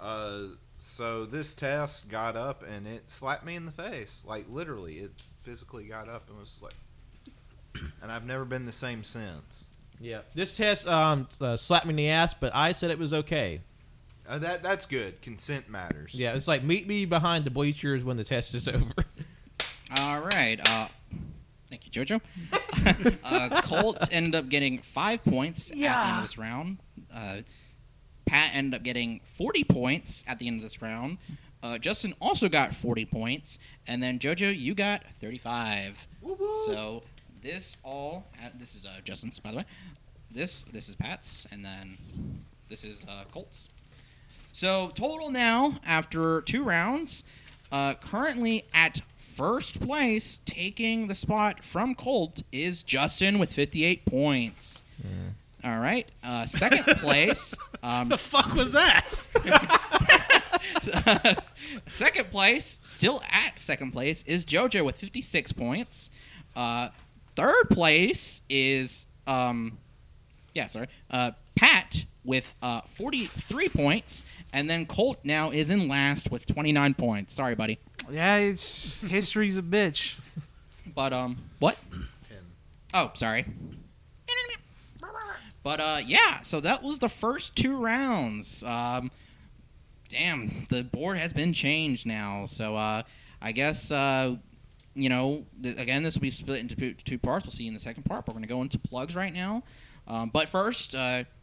Speaker 4: Uh, so this test got up and it slapped me in the face. Like literally, it physically got up and was just like. (clears throat) And I've never been the same since.
Speaker 3: Yeah, this test um, uh, slapped me in the ass, but I said it was okay.
Speaker 4: Uh, that that's good. Consent matters.
Speaker 3: Yeah, it's like meet me behind the bleachers when the test is (laughs) over.
Speaker 2: All right. Uh, thank you, JoJo. uh, Colt ended up getting five points at the end of this round. Uh, Pat ended up getting 40 points at the end of this round. Uh, Justin also got 40 points. And then, JoJo, you got 35. So this all, uh, this is uh, Justin's, by the way. This, this is Pat's. And then this is uh, Colt's. So total now after two rounds, uh, currently at first place, taking the spot from Colt is Justin with 58 points. All right, uh, second place. Um,
Speaker 5: The fuck was that? (laughs)
Speaker 2: (laughs) second place, still at second place, is JoJo with 56 points. Uh, third place is, um, yeah, sorry, uh, Pat with uh, 43 points. And then Colt now is in last with 29 points. Sorry, buddy.
Speaker 1: Yeah, it's history's a bitch.
Speaker 2: But, um, what? Oh, sorry. But, uh, yeah, so that was the first two rounds. Um, damn, the board has been changed now. So uh, I guess uh, you know th- again this will be split into two, two parts. We'll see you in the second part. But we're gonna go into plugs right now. Um, but first, uh,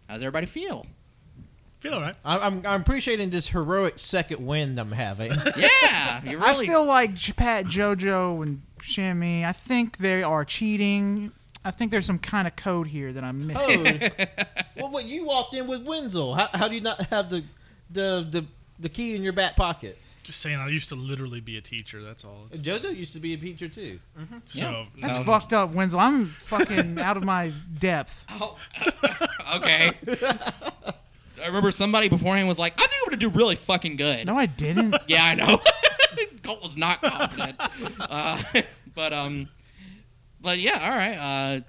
Speaker 2: how does everybody feel?
Speaker 5: Feel all right.
Speaker 3: I- I'm, I'm appreciating this heroic second win I'm having.
Speaker 2: Yeah, you
Speaker 1: I
Speaker 2: really.
Speaker 1: feel like J- Pat, JoJo, and Shimmy. I think they are cheating. I think there's some kind of code here that I'm missing.
Speaker 3: Oh, (laughs) well, what you walked in with Wenzel? How, how do you not have the, the the the key in your back pocket?
Speaker 5: Just saying, I used to literally be a teacher. That's all. It's-
Speaker 3: JoJo used to be a teacher too.
Speaker 5: So
Speaker 1: That's
Speaker 2: so-
Speaker 1: fucked up, Winslow. I'm fucking (laughs) out of my depth.
Speaker 2: Oh, okay. I remember somebody beforehand was like, "I'm able to do really fucking good."
Speaker 1: No, I didn't.
Speaker 2: Yeah, I know. (laughs) Colt was not confident. uh, (laughs) but um, but yeah, all right. Uh,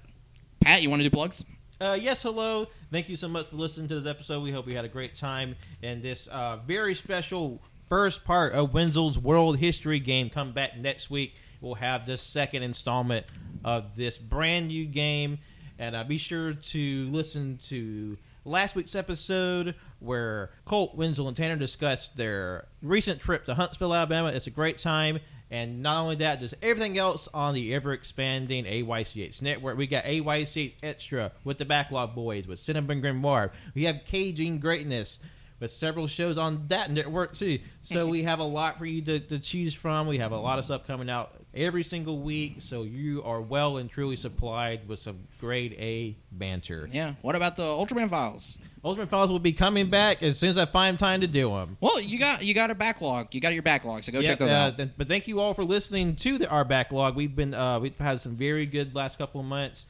Speaker 2: Pat, you want to do plugs?
Speaker 3: Uh, yes, hello. Thank you so much for listening to this episode. We hope you had a great time in this uh, very special first part of Wenzel's World History Game. Come back next week. We'll have the second installment of this brand new game. And uh, be sure to listen to last week's episode where Colt, Wenzel, and Tanner discussed their recent trip to Huntsville, Alabama. It's a great time. And not only that, just everything else on the ever expanding AYCH network. We got AYCH Extra with the Backlog Boys, with Cinnamon Grimoire. We have Caging Greatness with several shows on that network too. So we have a lot for you to, to choose from. We have a lot of stuff coming out every single week. So you are well and truly supplied with some grade A banter.
Speaker 2: Yeah. What about the Ultraman files?
Speaker 3: Ultimate Files will be coming back as soon as I find time to do them.
Speaker 2: Well, you got you got a backlog. You got your backlog, so go check those
Speaker 3: uh,
Speaker 2: out.
Speaker 3: but thank you all for listening to the, our backlog. We've been uh, we've had some very good last couple of months,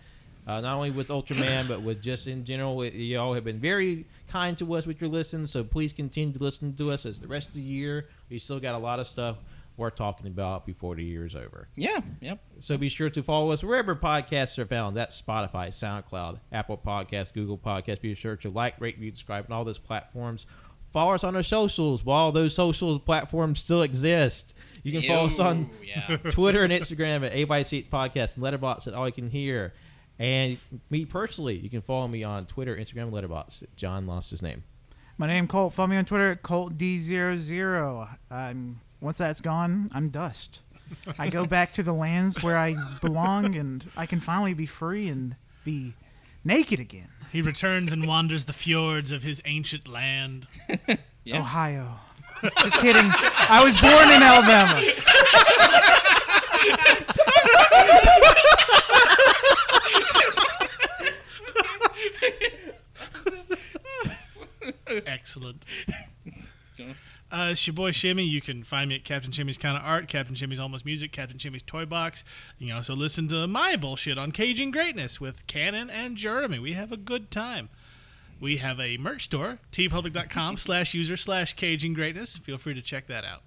Speaker 3: uh, not only with Ultraman but with just in general. It- Y'all have been very kind to us with your listens, so please continue to listen to us as the rest of the year. We still got a lot of stuff we're talking about before the year is over.
Speaker 2: yeah. Yep.
Speaker 3: So be sure to follow us wherever podcasts are found. That's Spotify, SoundCloud, Apple Podcasts, Google Podcasts. Be sure to like, rate, review, subscribe on all those platforms. Follow us on our socials while those socials platforms still exist. You can follow us on
Speaker 2: Ew, yeah.
Speaker 3: (laughs) Twitter and Instagram at A by Seat Podcast and Letterbox at All You Can Hear. And me personally, you can follow me on Twitter, Instagram, and Letterbox. John lost his name.
Speaker 1: My name Colt. Follow me on Twitter at ColtD00. I'm once that's gone, I'm dust. I go back to the lands where I belong, and I can finally be free and be naked again.
Speaker 5: he returns and wanders the fjords of his ancient land.
Speaker 2: Yeah.
Speaker 1: Ohio. Just kidding. I was born in Alabama.
Speaker 5: (laughs) Excellent.
Speaker 2: Go.
Speaker 5: Uh, it's your boy Shimmy. You can find me at Captain Shimmy's Kind of Art, Captain Shimmy's Almost Music, Captain Shimmy's Toy Box. You can also listen to my bullshit on Caging Greatness with Cannon and Jeremy. We have a good time. We have a merch store, tpublic.com slash user slash caging greatness. Feel free to check that out.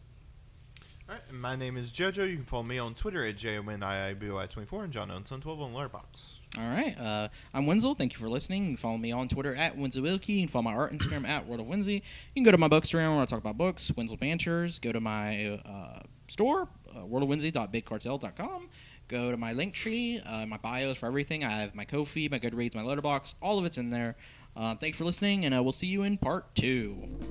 Speaker 4: All right, and my name is JoJo. You can follow me on Twitter at JONIIBOI24 and John Son 12 on Letterbox.
Speaker 2: All right. Uh, I'm Wenzel. Thank you for listening. You can follow me on Twitter at Wenzel Wilkie. You can follow my art Instagram at World of Wenzel. You can go to my bookstagram where I talk about books, Wenzel Banters. Go to my uh, store, uh, worldofwenzel.bigcartel.com. Go to my link tree, uh, my bios for everything. I have my Ko-fi, my Goodreads, my Letterbox. All of it's in there. Uh, thank you for listening, and uh, we'll see you in part two.